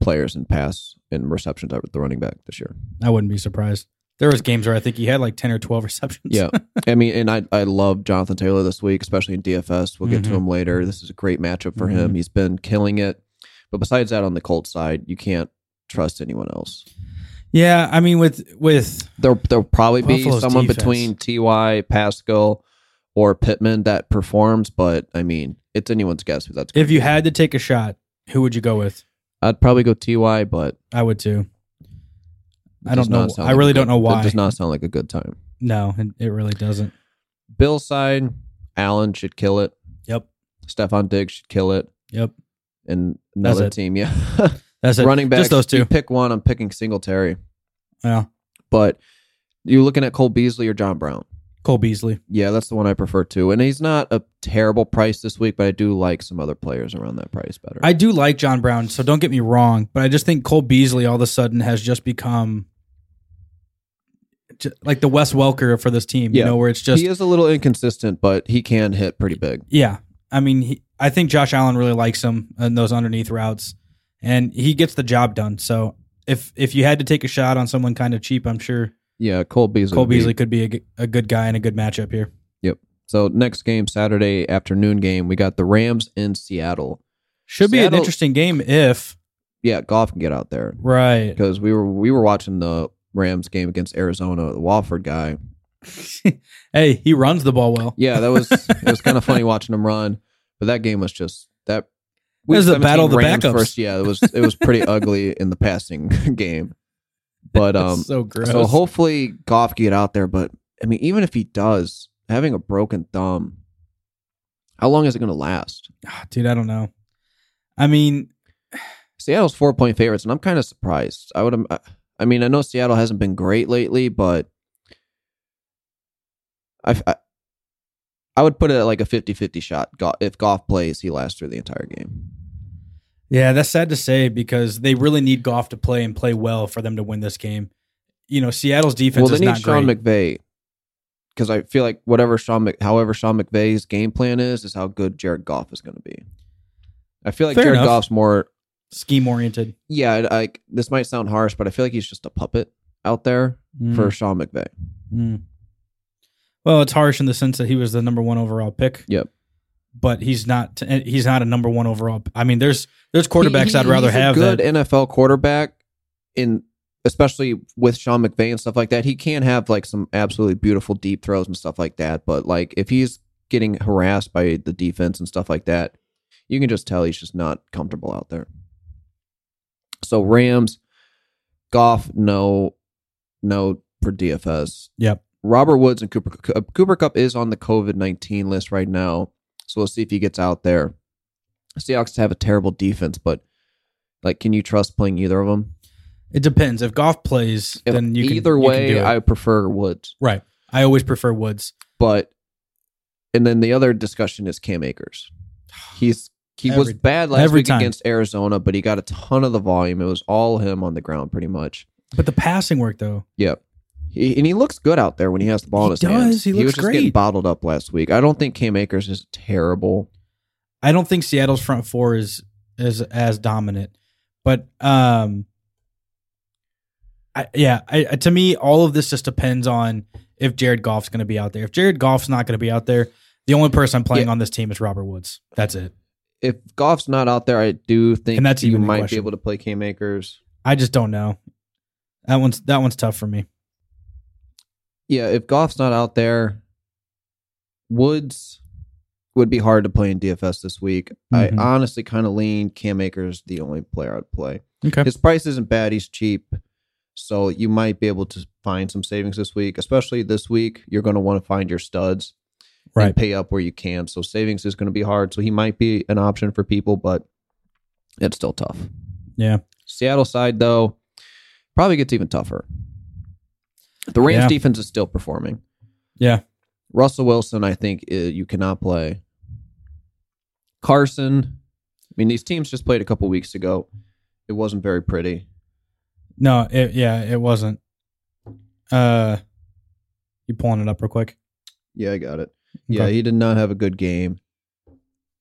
Speaker 3: players in pass and receptions at the running back this year.
Speaker 2: I wouldn't be surprised. There was games where I think he had like ten or twelve receptions.
Speaker 3: Yeah. I mean, and I I love Jonathan Taylor this week, especially in DFS. We'll get to
Speaker 2: Mhm.
Speaker 3: him later. This is a great matchup for him. He's been killing it. But besides that, on the Colts side, you can't trust anyone else.
Speaker 2: Yeah. I mean, with with
Speaker 3: There there'll probably be
Speaker 2: Buffalo's
Speaker 3: someone
Speaker 2: defense.
Speaker 3: between Ty Pascal or Pittman that performs, but I mean, it's anyone's guess who that's.
Speaker 2: if you had to take a shot, who would you go with?
Speaker 3: I'd probably go Ty, but
Speaker 2: I would too.
Speaker 3: it
Speaker 2: I
Speaker 3: does
Speaker 2: don't know.
Speaker 3: not sound
Speaker 2: I
Speaker 3: like a
Speaker 2: really
Speaker 3: good-
Speaker 2: don't know why.
Speaker 3: It does not sound like a good time.
Speaker 2: No, it, it really doesn't.
Speaker 3: Bill side, Allen should kill it.
Speaker 2: Yep.
Speaker 3: Stefan Diggs should kill it.
Speaker 2: Yep.
Speaker 3: And another
Speaker 2: That's
Speaker 3: team, yeah.
Speaker 2: That's it.
Speaker 3: Running backs,
Speaker 2: Just those
Speaker 3: You
Speaker 2: two.
Speaker 3: pick one. I'm picking Singletary,
Speaker 2: Yeah.
Speaker 3: but you're looking at Cole Beasley or John Brown.
Speaker 2: Cole Beasley.
Speaker 3: Yeah, that's the one I prefer too. And he's not a terrible price this week, but I do like some other players around that price better.
Speaker 2: I do like John Brown, so don't get me wrong, but I just think Cole Beasley all of a sudden has just become ju- like the Wes Welker for this team, you
Speaker 3: Yeah.
Speaker 2: know, where it's just
Speaker 3: he is a little inconsistent, but he can hit pretty big.
Speaker 2: Yeah, I mean, he, I think Josh Allen really likes him in those underneath routes, and he gets the job done. So if if you had to take a shot on someone kind of cheap, I'm sure
Speaker 3: Yeah, Cole Beasley.
Speaker 2: Cole
Speaker 3: would be-
Speaker 2: Beasley could be a, g- a good guy and a good matchup here.
Speaker 3: So next game, Saturday afternoon game, we got the Rams in Seattle.
Speaker 2: Should be an
Speaker 3: Seattle-
Speaker 2: interesting game if
Speaker 3: Yeah, golf can get out there
Speaker 2: right.
Speaker 3: because we were we were watching the Rams game against Arizona, the Wofford guy.
Speaker 2: hey, he runs the ball well.
Speaker 3: Yeah, that was it was kind of funny watching him run, but that game was just that.
Speaker 2: That was the
Speaker 3: 17
Speaker 2: battle of the
Speaker 3: Rams
Speaker 2: backups.
Speaker 3: First, yeah, it was it was pretty ugly in the passing game, but um,
Speaker 2: That's so gross.
Speaker 3: So hopefully Goff can get out there, but I mean, even if he does, having a broken thumb, how long is it going to last?
Speaker 2: Ah, dude, I don't know. I mean,
Speaker 3: Seattle's four point favorites, and I'm kind of surprised. I would, I mean, I know Seattle hasn't been great lately, but I, I, I would put it at like a 50-50 shot. Go- If Goff plays, he lasts through the entire game.
Speaker 2: yeah, that's sad to say because they really need golf to play and play well for them to win this game. You know, Seattle's defense
Speaker 3: well, they
Speaker 2: is
Speaker 3: need
Speaker 2: not
Speaker 3: Sean
Speaker 2: great.
Speaker 3: McVay because I feel like whatever Sean, Mc, however Sean McVay's game plan is, is how good Jared Goff is going to be. I feel like
Speaker 2: Fair
Speaker 3: Jared
Speaker 2: enough.
Speaker 3: Goff's more
Speaker 2: Scheme oriented.
Speaker 3: yeah, I- like this might sound harsh, but I feel like he's just a puppet out there for Sean McVay.
Speaker 2: Mm. Well, it's harsh in the sense that he was the number one overall pick.
Speaker 3: Yep.
Speaker 2: But he's not. eh, He's not a number one overall. I mean, there's there's quarterbacks
Speaker 3: He- he-
Speaker 2: I'd rather
Speaker 3: he's
Speaker 2: have.
Speaker 3: a good
Speaker 2: that,
Speaker 3: NFL quarterback in especially with Sean McVay and stuff like that. He can have like some absolutely beautiful deep throws and stuff like that, but like if he's getting harassed by the defense and stuff like that, you can just tell he's just not comfortable out there. So Rams, Goff, no, no for DFS.
Speaker 2: Yep.
Speaker 3: Robert Woods and Cooper Cu- Cooper Cup is on the COVID nineteen list right now, so we'll see if he gets out there. Seahawks have a terrible defense, but like, can you trust playing either of them?
Speaker 2: it depends. If golf plays,
Speaker 3: If-
Speaker 2: then you can-
Speaker 3: either
Speaker 2: you can
Speaker 3: way,
Speaker 2: do it.
Speaker 3: I prefer Woods.
Speaker 2: right. I always prefer Woods.
Speaker 3: But and then the other discussion is Cam Akers. He's he was
Speaker 2: Every-
Speaker 3: bad last
Speaker 2: every
Speaker 3: week
Speaker 2: time.
Speaker 3: against Arizona, but he got a ton of the volume. It was all him on the ground, pretty much.
Speaker 2: But the passing work though,
Speaker 3: Yep. He, and he looks good out there when he has the ball in
Speaker 2: He
Speaker 3: his hands.
Speaker 2: does. He
Speaker 3: was
Speaker 2: looks
Speaker 3: just getting
Speaker 2: great.
Speaker 3: bottled up last week. I don't think Cam Akers is terrible.
Speaker 2: I don't think Seattle's front four is is as dominant. But um, I, yeah, I, I- to me, all of this just depends on if Jared Goff's going to be out there. If Jared Goff's not going to be out there, the only person I'm playing
Speaker 3: Yeah.
Speaker 2: on this team is Robert Woods. That's it.
Speaker 3: If Goff's not out there, I do think
Speaker 2: And that's
Speaker 3: you
Speaker 2: even the
Speaker 3: might be
Speaker 2: question.
Speaker 3: able to play Cam Akers.
Speaker 2: I just don't know. That one's that one's tough for me.
Speaker 3: Yeah, if Goff's not out there, Woods would be hard to play in DFS this week.
Speaker 2: Mhm.
Speaker 3: I honestly kind of lean Cam Akers the only player I'd play.
Speaker 2: Okay.
Speaker 3: His price isn't bad. He's cheap. So you might be able to find some savings this week, especially this week. You're going to want to find your studs.
Speaker 2: Right.
Speaker 3: and pay up where you can. So savings is going to be hard. So he might be an option for people, but it's still tough.
Speaker 2: Yeah.
Speaker 3: Seattle side though, probably gets even tougher. The Rams
Speaker 2: Yeah.
Speaker 3: defense is still performing.
Speaker 2: Yeah.
Speaker 3: Russell Wilson, I think uh, you cannot play. Carson, I mean these teams just played a couple weeks ago. It wasn't very pretty.
Speaker 2: No. It, yeah. It wasn't. Uh, you pulling it up real quick?
Speaker 3: Yeah, I got it.
Speaker 2: Okay.
Speaker 3: Yeah, he did not have a good game.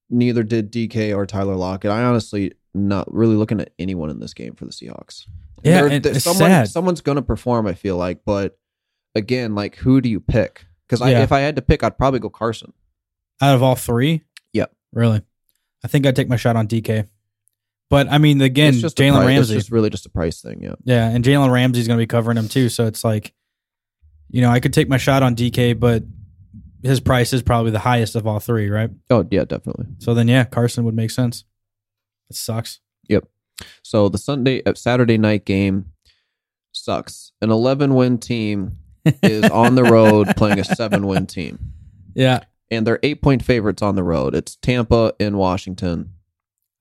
Speaker 3: Neither did DK or Tyler Lockett. I honestly not really looking at anyone in this game for the Seahawks.
Speaker 2: Yeah.
Speaker 3: They're-
Speaker 2: and
Speaker 3: they're-
Speaker 2: it's
Speaker 3: someone,
Speaker 2: sad.
Speaker 3: Someone's gonna perform. I feel like, but again, like who do you pick? Because
Speaker 2: Yeah.
Speaker 3: if I had to pick, I'd probably go Carson.
Speaker 2: out of all three.
Speaker 3: Yep.
Speaker 2: Really, I think I'd take my shot on DK. But I mean, again,
Speaker 3: It's just a
Speaker 2: Jalen
Speaker 3: pri- It's
Speaker 2: Ramsey.
Speaker 3: just really just a price thing. Yeah,
Speaker 2: yeah, and Jalen Ramsey's going to be covering him too. So it's like, you know, I could take my shot on DK, but his price is probably the highest of all three, right?
Speaker 3: Oh yeah, definitely.
Speaker 2: So then, yeah, Carson would make sense. It sucks.
Speaker 3: So the Sunday uh, Saturday night game sucks. An 11 win team is on the road playing a 7 win team.
Speaker 2: Yeah,
Speaker 3: and they're eight point favorites on the road. It's Tampa and Washington.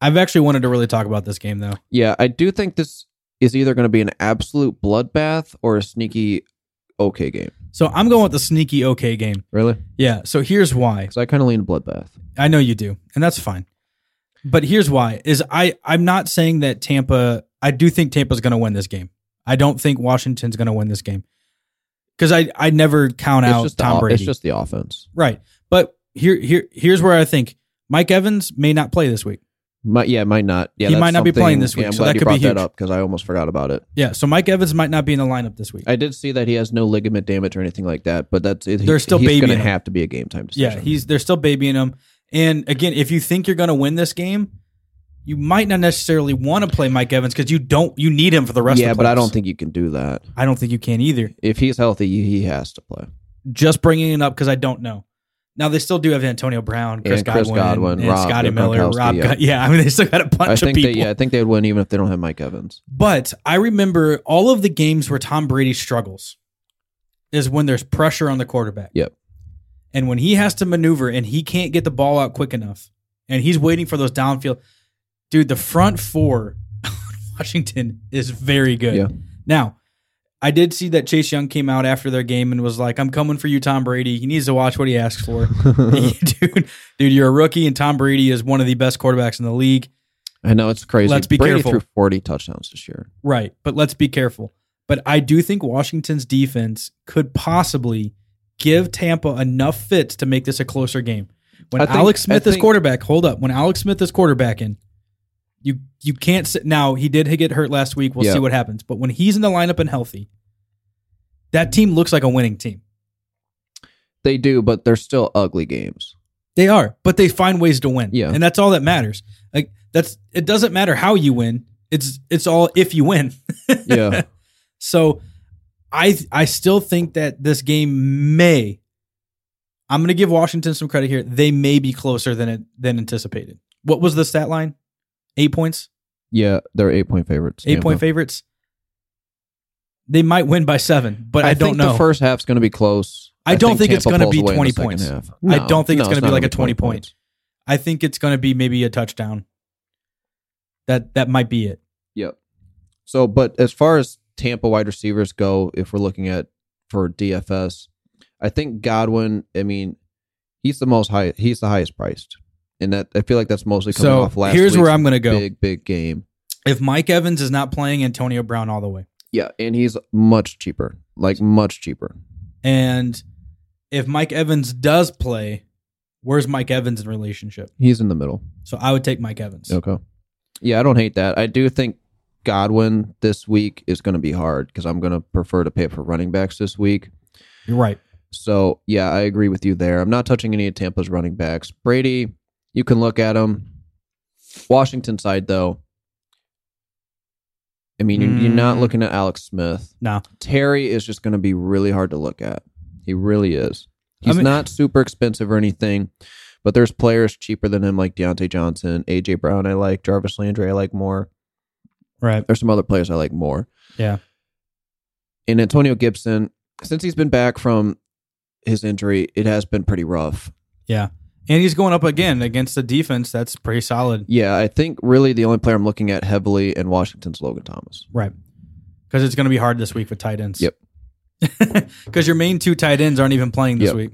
Speaker 2: I've actually wanted to really talk about this game though.
Speaker 3: Yeah, I do think this is either going to be an absolute bloodbath or a sneaky okay game.
Speaker 2: So I'm going with the sneaky okay game.
Speaker 3: Really?
Speaker 2: Yeah. So here's why.
Speaker 3: Because I kind of lean to bloodbath.
Speaker 2: I know you do, and that's fine. But here's why: is I I'm not saying that Tampa. I do think Tampa's going to win this game. I don't think Washington's going to win this game because I I never count
Speaker 3: It's
Speaker 2: out
Speaker 3: just, the,
Speaker 2: Tom
Speaker 3: o-
Speaker 2: Brady.
Speaker 3: it's just the offense.
Speaker 2: right. But here here here's where I think Mike Evans may not play this week.
Speaker 3: Might, yeah, might not. Yeah,
Speaker 2: He
Speaker 3: that's
Speaker 2: might not be
Speaker 3: something-
Speaker 2: playing this week,
Speaker 3: Yeah, I'm
Speaker 2: so
Speaker 3: glad
Speaker 2: that
Speaker 3: you
Speaker 2: could be
Speaker 3: brought
Speaker 2: huge.
Speaker 3: that up because I almost forgot about it.
Speaker 2: Yeah. So Mike Evans might not be in the lineup this week.
Speaker 3: I did see that he has no ligament damage or anything like that, but that's it,
Speaker 2: They're still
Speaker 3: he's
Speaker 2: babying
Speaker 3: going to
Speaker 2: him.
Speaker 3: have to be a game time decision.
Speaker 2: Yeah, he's they're still babying him. And again, if you think you're going to win this game, you might not necessarily want to play Mike Evans because you don't you need him for the rest.
Speaker 3: yeah,
Speaker 2: of the
Speaker 3: but I
Speaker 2: playoffs.
Speaker 3: don't think you can do that.
Speaker 2: I don't think you can either.
Speaker 3: If he's healthy, he- he has to play.
Speaker 2: Just bringing it up because I don't know. Now they still do have Antonio Brown, Chris
Speaker 3: And
Speaker 2: Godwin,
Speaker 3: Chris Godwin,
Speaker 2: and
Speaker 3: Rob
Speaker 2: Scotty Miller,
Speaker 3: Gronkowski,
Speaker 2: Rob.
Speaker 3: yeah.
Speaker 2: Go- yeah, I mean they still got a bunch
Speaker 3: I
Speaker 2: of
Speaker 3: think
Speaker 2: people.
Speaker 3: they, yeah, I think they'd win even if they don't have Mike Evans.
Speaker 2: But I remember all of the games where Tom Brady struggles is when there's pressure on the quarterback.
Speaker 3: Yep.
Speaker 2: And when he has to maneuver and he can't get the ball out quick enough and he's waiting for those downfield. Dude, the front four on Washington is very good.
Speaker 3: Yeah.
Speaker 2: Now, I did see that Chase Young came out after their game and was like, I'm coming for you, Tom Brady. He needs to watch what he asks for. dude, dude, you're a rookie, and Tom Brady is one of the best quarterbacks in the league.
Speaker 3: I know it's crazy.
Speaker 2: Let's be
Speaker 3: Brady
Speaker 2: careful.
Speaker 3: threw 40 touchdowns this year.
Speaker 2: Right. But let's be careful. But I do think Washington's defense could possibly give Tampa enough fits to make this a closer game. When
Speaker 3: I think-
Speaker 2: Alex
Speaker 3: I
Speaker 2: Smith is
Speaker 3: think-
Speaker 2: quarterback, hold up. When Alex Smith is quarterbacking, you you can't sit now he did get hurt last week. We'll
Speaker 3: Yeah.
Speaker 2: see what happens. But when he's in the lineup and healthy, that team looks like a winning team.
Speaker 3: They do, but they're still ugly games.
Speaker 2: They are, but they find ways to win.
Speaker 3: Yeah.
Speaker 2: And that's all that matters. Like that's it doesn't matter how you win. It's it's all if you win.
Speaker 3: Yeah.
Speaker 2: So I I still think that this game may I'm going to give Washington some credit here. They may be closer than it than anticipated. What was the stat line? 8 points?
Speaker 3: yeah, they're 8-point favorites.
Speaker 2: 8 point favorites. They might win by 7, but I, don't
Speaker 3: think
Speaker 2: know.
Speaker 3: The first half's going to be close.
Speaker 2: I don't think it's
Speaker 3: Tampa
Speaker 2: gonna
Speaker 3: pulls
Speaker 2: be
Speaker 3: away in
Speaker 2: 20
Speaker 3: the second
Speaker 2: points.
Speaker 3: half.
Speaker 2: I
Speaker 3: No,
Speaker 2: don't think it's
Speaker 3: no,
Speaker 2: gonna be
Speaker 3: not
Speaker 2: like
Speaker 3: gonna
Speaker 2: a 20 point.
Speaker 3: points.
Speaker 2: I think it's going to be maybe a touchdown. That that might be it.
Speaker 3: Yep. So, but as far as Tampa wide receivers go, if we're looking at for DFS, I think Godwin. I mean, he's the most high. He's the highest priced, and that I feel like that's mostly coming
Speaker 2: So,
Speaker 3: off last.
Speaker 2: here's where
Speaker 3: week's
Speaker 2: I'm going to go.
Speaker 3: Big big game.
Speaker 2: If Mike Evans is not playing Antonio Brown all the way.
Speaker 3: Yeah, and he's much cheaper. Like much cheaper.
Speaker 2: And if Mike Evans does play, where's Mike Evans in relationship?
Speaker 3: He's in the middle.
Speaker 2: So I would take Mike Evans.
Speaker 3: Okay. Yeah, I don't hate that. I do think Godwin this week is going to be hard because I'm going to prefer to pay for running backs this week.
Speaker 2: You're right.
Speaker 3: So yeah, I agree with you there. I'm not touching any of Tampa's running backs. Brady, you can look at him. Washington side though, I mean, you're, you're not
Speaker 2: Mm.
Speaker 3: looking at Alex Smith.
Speaker 2: No.
Speaker 3: Terry is just going to be really hard to look at. He really is.
Speaker 2: I
Speaker 3: He's
Speaker 2: mean-
Speaker 3: not super expensive or anything, but there's players cheaper than him like Deontay Johnson, AJ Brown. I like Jarvis Landry. I like more.
Speaker 2: Right.
Speaker 3: There's some other players I like more.
Speaker 2: Yeah.
Speaker 3: And Antonio Gibson, since he's been back from his injury, it has been pretty rough.
Speaker 2: Yeah. And he's going up again against a defense that's pretty solid.
Speaker 3: Yeah, I think really the only player I'm looking at heavily in Washington's Logan Thomas.
Speaker 2: Right. Because it's going to be hard this week with tight ends.
Speaker 3: Yep.
Speaker 2: Because your main two tight ends aren't even playing this
Speaker 3: Yep.
Speaker 2: week.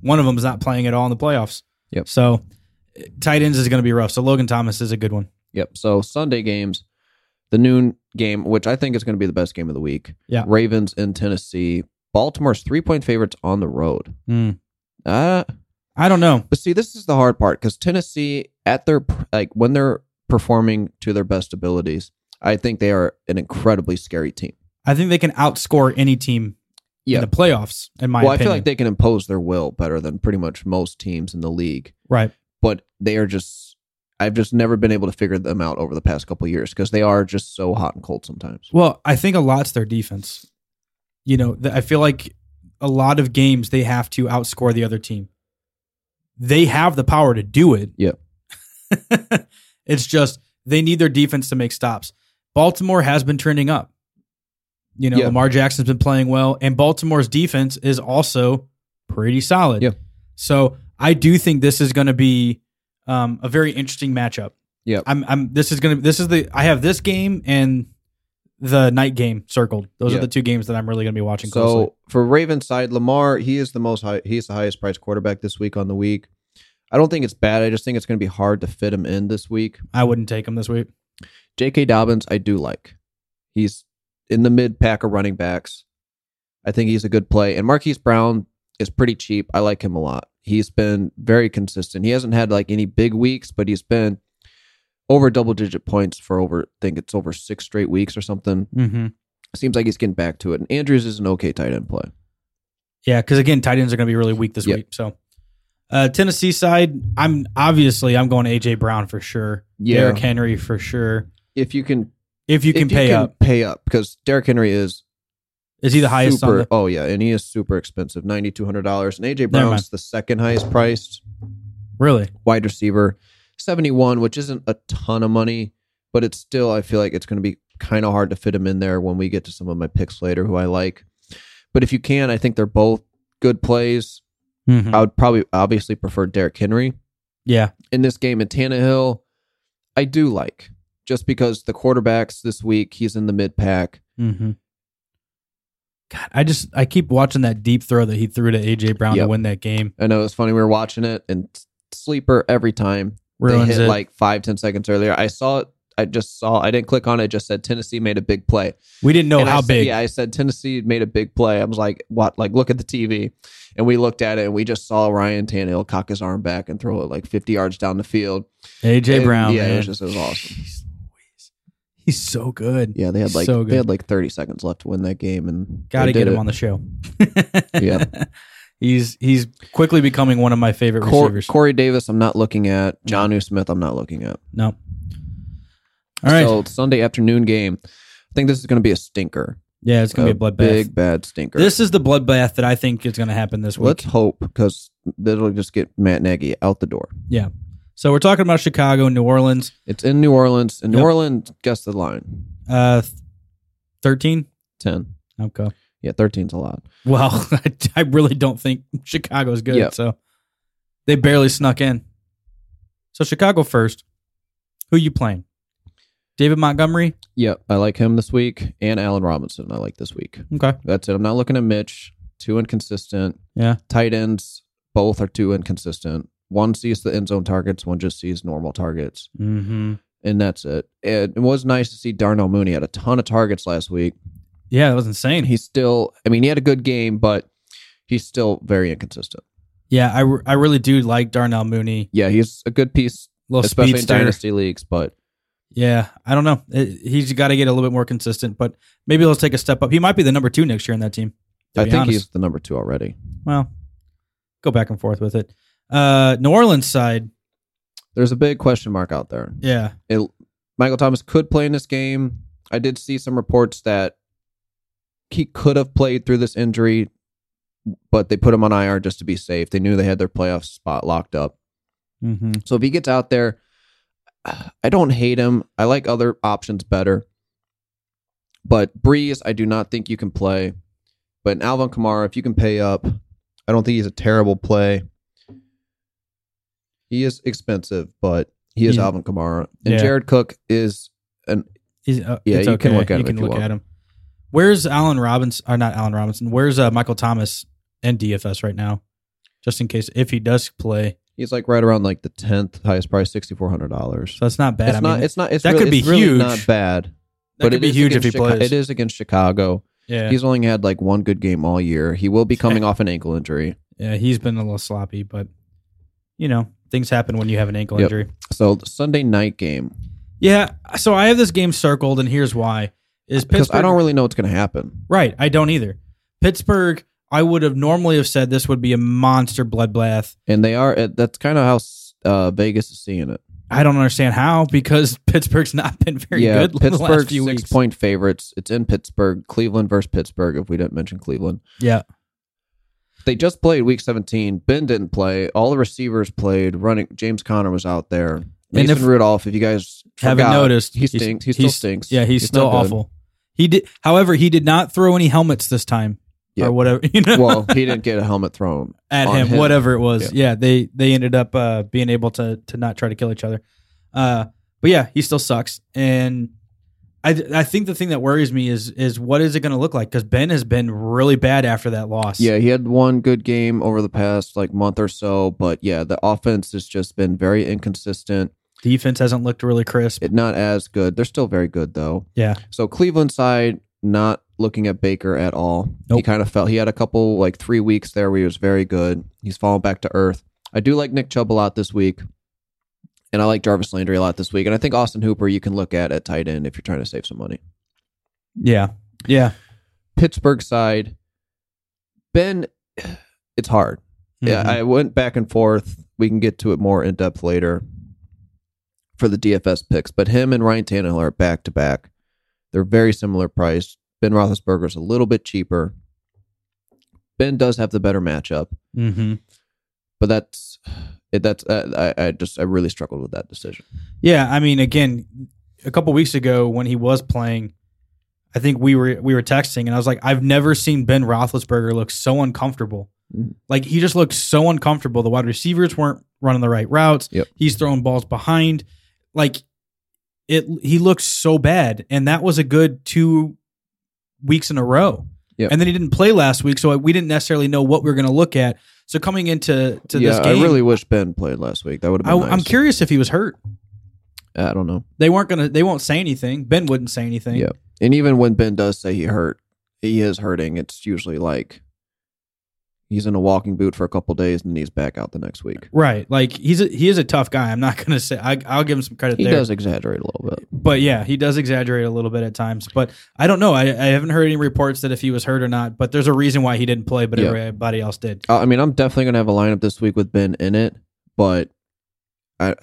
Speaker 2: One of them's not playing at all in the playoffs.
Speaker 3: Yep.
Speaker 2: So eh, tight ends is going to be rough. So Logan Thomas is a good one.
Speaker 3: Yep. So Sunday games, the noon game, which I think is going to be the best game of the week.
Speaker 2: Yeah.
Speaker 3: Ravens in Tennessee. Baltimore's three point favorites on the road. Uh,
Speaker 2: I don't know.
Speaker 3: but see, this is the hard part because Tennessee, at their like when they're performing to their best abilities, I think they are an incredibly scary team.
Speaker 2: I think they can outscore any team
Speaker 3: Yeah.
Speaker 2: in the playoffs, in my
Speaker 3: well, I
Speaker 2: opinion.
Speaker 3: feel like they can impose their will better than pretty much most teams in the league.
Speaker 2: right.
Speaker 3: but they are just I've just never been able to figure them out over the past couple of years because they are just so hot and cold sometimes.
Speaker 2: Well, I think a lot's their defense. You know, th- I feel like a lot of games they have to outscore the other team. They have the power to do it.
Speaker 3: Yeah.
Speaker 2: it's just they need their defense to make stops. Baltimore has been trending up. You know,
Speaker 3: Yeah.
Speaker 2: Lamar Jackson's been playing well, and Baltimore's defense is also pretty solid.
Speaker 3: Yeah.
Speaker 2: So I do think this is going to be um, a very interesting matchup.
Speaker 3: Yeah.
Speaker 2: I'm, I'm. This is gonna. This is the. I have this game and the night game circled. Those
Speaker 3: Yeah.
Speaker 2: are the two games that I'm really going to be watching closely.
Speaker 3: So for Ravens side, Lamar he is the most high, he is the highest priced quarterback this week on the week. I don't think it's bad. I just think it's going to be hard to fit him in this week.
Speaker 2: I wouldn't take them this week.
Speaker 3: J.K. Dobbins, I do like. He's in the mid pack of running backs. I think he's a good play. And Marquise Brown is pretty cheap. I like him a lot. He's been very consistent. He hasn't had like any big weeks, but he's been over double digit points for over, I think it's over six straight weeks or something.
Speaker 2: Mm-hmm.
Speaker 3: Seems like he's getting back to it. And Andrews is an okay tight end play.
Speaker 2: Yeah, because again, tight ends are going to be really weak this
Speaker 3: Yep.
Speaker 2: week. So uh, Tennessee side, I'm obviously I'm going AJ Brown for sure.
Speaker 3: Yeah.
Speaker 2: Derrick Henry for sure.
Speaker 3: If you can,
Speaker 2: If you
Speaker 3: if
Speaker 2: can pay up,
Speaker 3: pay up because Derrick Henry is
Speaker 2: is he the highest?
Speaker 3: Super,
Speaker 2: On the,
Speaker 3: oh yeah, and he is super expensive, ninety two hundred dollars. And AJ
Speaker 2: Never mind.
Speaker 3: Brown's the second highest priced.
Speaker 2: really?
Speaker 3: wide receiver, 71, which isn't a ton of money, but it's still, I feel like it's going to be kind of hard to fit him in there when we get to some of my picks later who I like. But if you can, I think they're both good plays.
Speaker 2: Mhm.
Speaker 3: I would probably obviously prefer Derrick Henry
Speaker 2: Yeah,
Speaker 3: in this game. And Tannehill, I do like just because the quarterbacks this week, he's in the mid pack.
Speaker 2: Mm-hmm. God, I just I keep watching that deep throw that he threw to AJ Brown
Speaker 3: Yep.
Speaker 2: to win that game.
Speaker 3: I know it's funny. We were watching it and sleeper every time.
Speaker 2: Ruins
Speaker 3: they hit
Speaker 2: it.
Speaker 3: like five, 10 seconds earlier. I saw it. I just saw, I didn't click on it. It just said Tennessee made a big play.
Speaker 2: we didn't know
Speaker 3: And I
Speaker 2: Oh, how
Speaker 3: said-
Speaker 2: big.
Speaker 3: yeah, I said Tennessee made a big play. I was like, what? Like, look at the TV. And we looked at it and we just saw Ryan Tannehill cock his arm back and throw it like 50 yards down the field.
Speaker 2: AJ
Speaker 3: And,
Speaker 2: Brown.
Speaker 3: Yeah, it
Speaker 2: man.
Speaker 3: was just, it was awesome.
Speaker 2: Jeez Louise. He's so good.
Speaker 3: Yeah, they had like,
Speaker 2: So
Speaker 3: they
Speaker 2: good.
Speaker 3: had like 30 seconds left to win that game. And
Speaker 2: Got to
Speaker 3: they did
Speaker 2: get him
Speaker 3: it.
Speaker 2: on the show.
Speaker 3: Yeah.
Speaker 2: He's he's quickly becoming one of my favorite
Speaker 3: Cor-
Speaker 2: receivers.
Speaker 3: Corey Davis, I'm not looking at. John U. Smith, I'm not looking at.
Speaker 2: no. All right.
Speaker 3: So Sunday afternoon game. I think this is going to be a stinker.
Speaker 2: yeah, it's going to be a bloodbath.
Speaker 3: Big, bad stinker.
Speaker 2: this is the bloodbath that I think is going to happen this week.
Speaker 3: Let's hope because that'll just get Matt Nagy out the door.
Speaker 2: yeah. So we're talking about Chicago, New Orleans,
Speaker 3: It's in New Orleans. And New
Speaker 2: Yep.
Speaker 3: Orleans, guess the line.
Speaker 2: uh 13.
Speaker 3: 10.
Speaker 2: Okay.
Speaker 3: Yeah, 13's a lot.
Speaker 2: Well, I, I really don't think Chicago's good.
Speaker 3: Yeah.
Speaker 2: So they barely snuck in. So Chicago first. Who you playing? David Montgomery.
Speaker 3: Yeah, I like him this week and Allen Robinson. I like this week.
Speaker 2: Okay.
Speaker 3: That's it. I'm not looking at Mitch. Too inconsistent.
Speaker 2: Yeah.
Speaker 3: Tight ends, both are too inconsistent. One sees the end zone targets, one just sees normal targets,
Speaker 2: Mm-hmm.
Speaker 3: and that's it. And It was nice to see Darnell Mooney had a ton of targets last week.
Speaker 2: Yeah, that was
Speaker 3: And
Speaker 2: insane.
Speaker 3: he's still, I mean, he had a good game, but he's still very inconsistent.
Speaker 2: Yeah, I, re- I really do like Darnell Mooney.
Speaker 3: Yeah, he's a good piece,
Speaker 2: Little
Speaker 3: especially
Speaker 2: speedster.
Speaker 3: in dynasty leagues, but
Speaker 2: Yeah, I don't know. It, he's got to get a little bit more consistent, but maybe he'll take a step up. He might be the number two next year in that team. to
Speaker 3: I
Speaker 2: be
Speaker 3: think
Speaker 2: honest.
Speaker 3: he's the number two already.
Speaker 2: well. Go back and forth with it. Uh, New Orleans side.
Speaker 3: There's a big question mark out there.
Speaker 2: Yeah.
Speaker 3: it, Michael Thomas could play in this game. I did see some reports that he could have played through this injury, but they put him on IR just to be safe. They knew they had their playoff spot locked up.
Speaker 2: Mm-hmm.
Speaker 3: So if he gets out there, I don't hate him. I like other options better. But Breeze, I do not think you can play. But in Alvin Kamara, if you can pay up, I don't think he's a terrible play. He is expensive, but he is
Speaker 2: Yeah.
Speaker 3: Alvin Kamara. And
Speaker 2: Yeah.
Speaker 3: Jared Cook is
Speaker 2: He's, uh,
Speaker 3: Yeah,
Speaker 2: it's
Speaker 3: you
Speaker 2: okay.
Speaker 3: can look at him
Speaker 2: You
Speaker 3: if
Speaker 2: can
Speaker 3: you
Speaker 2: look
Speaker 3: want.
Speaker 2: at him. Where's Allen Robinson? Or not Allen Robinson? Where's uh, Michael Thomas and DFS right now? Just in case if he does play,
Speaker 3: he's like right around like the tenth highest price, sixty four hundred dollars.
Speaker 2: so that's not bad.
Speaker 3: It's
Speaker 2: I
Speaker 3: not
Speaker 2: mean,
Speaker 3: it's not it's
Speaker 2: that
Speaker 3: really,
Speaker 2: could be
Speaker 3: it's really
Speaker 2: huge.
Speaker 3: not bad.
Speaker 2: that could
Speaker 3: it
Speaker 2: be
Speaker 3: is
Speaker 2: huge if he
Speaker 3: against Chica-
Speaker 2: plays.
Speaker 3: It is against Chicago.
Speaker 2: Yeah,
Speaker 3: He's only had like one good game all year. He will be coming off an ankle injury.
Speaker 2: yeah. He's been a little sloppy, but you know things happen when you have an ankle
Speaker 3: Yep.
Speaker 2: injury.
Speaker 3: So the Sunday night game
Speaker 2: Yeah. So I have this game circled, and here's why: is
Speaker 3: because
Speaker 2: Pittsburgh
Speaker 3: I don't really know what's going to happen.
Speaker 2: Right, I don't either. Pittsburgh, I would have normally have said this would be a monster bloodbath.
Speaker 3: And they are uh, that's kind of how uh, Vegas is seeing it.
Speaker 2: I don't understand how because Pittsburgh's not been very
Speaker 3: yeah,
Speaker 2: good the last
Speaker 3: Pittsburgh
Speaker 2: few
Speaker 3: six
Speaker 2: weeks.
Speaker 3: point favorites. It's in Pittsburgh. Cleveland versus Pittsburgh. If we didn't mention Cleveland,
Speaker 2: Yeah,
Speaker 3: they just played Week 17. Ben didn't play. All the receivers played. Running James Conner was out there. Mason
Speaker 2: if-
Speaker 3: Rudolph. If you guys
Speaker 2: haven't
Speaker 3: forgot,
Speaker 2: noticed.
Speaker 3: he stinks. He still
Speaker 2: he's-
Speaker 3: stinks.
Speaker 2: Yeah, he's, still,
Speaker 3: not good.
Speaker 2: awful. He did, however, he did not throw any helmets this time
Speaker 3: Yeah.
Speaker 2: or whatever. You know,
Speaker 3: well, he didn't get a helmet thrown.
Speaker 2: at
Speaker 3: on
Speaker 2: him,
Speaker 3: him.
Speaker 2: whatever it was. Yeah. they they ended up uh, being able to to not try to kill each other. Uh, but yeah, he still sucks, and I, I think the thing that worries me is is what is it going to look like? Because Ben has been really bad after that loss.
Speaker 3: Yeah, he had one good game over the past like month or so, but yeah, the offense has just been very inconsistent.
Speaker 2: defense hasn't looked really crisp.
Speaker 3: It not as good. They're still very good though.
Speaker 2: yeah,
Speaker 3: So Cleveland side not looking at Baker at all. He
Speaker 2: Nope.
Speaker 3: kind of felt he had a couple like three weeks there where he was very good. He's fallen back to earth. I do like Nick Chubb a lot this week. And I like Jarvis Landry a lot this week. And I think Austin Hooper you can look at at tight end if you're trying to save some money.
Speaker 2: yeah, yeah.
Speaker 3: Pittsburgh side, Ben, it's hard.
Speaker 2: Mm-hmm.
Speaker 3: Yeah, I went back and forth. We can get to it more in depth later for the DFS picks. But him and Ryan Tannehill are back to back. They're very similar priced. Ben Roethlisberger's a little bit cheaper. Ben does have the better matchup,
Speaker 2: hmm
Speaker 3: but that's it. That's uh, I, I just I really struggled with that decision.
Speaker 2: Yeah, I mean, again, a couple weeks ago when he was playing, I think we were we were texting, and I was like, I've never seen Ben Roethlisberger look so uncomfortable.
Speaker 3: Mhm.
Speaker 2: Like he just looked so uncomfortable. The wide receivers weren't running the right routes.
Speaker 3: Yep.
Speaker 2: He's throwing balls behind. Like it, he looks so bad, and that was a good two weeks in a row.
Speaker 3: Yep.
Speaker 2: And then he didn't play last week, so we didn't necessarily know what we were going to look at. So coming into to
Speaker 3: yeah,
Speaker 2: this game,
Speaker 3: I really wish Ben played last week. That would have
Speaker 2: I,
Speaker 3: been. nice.
Speaker 2: I'm curious if he was hurt
Speaker 3: I don't know.
Speaker 2: they weren't gonna they won't say anything ben wouldn't say anything
Speaker 3: Yeah. And even when Ben does say he hurt, he is hurting. It's usually like he's in a walking boot for a couple days and then he's back out the next week.
Speaker 2: right like he's a, he is a tough guy i'm not gonna say I, i'll give him some credit
Speaker 3: He
Speaker 2: there
Speaker 3: does exaggerate a little bit.
Speaker 2: but yeah he does exaggerate a little bit at times but i don't know I, I haven't heard any reports that if he was hurt or not but there's a reason why he didn't play but
Speaker 3: Yeah.
Speaker 2: everybody else did
Speaker 3: I I mean, I'm definitely gonna have a lineup this week with Ben in it, but I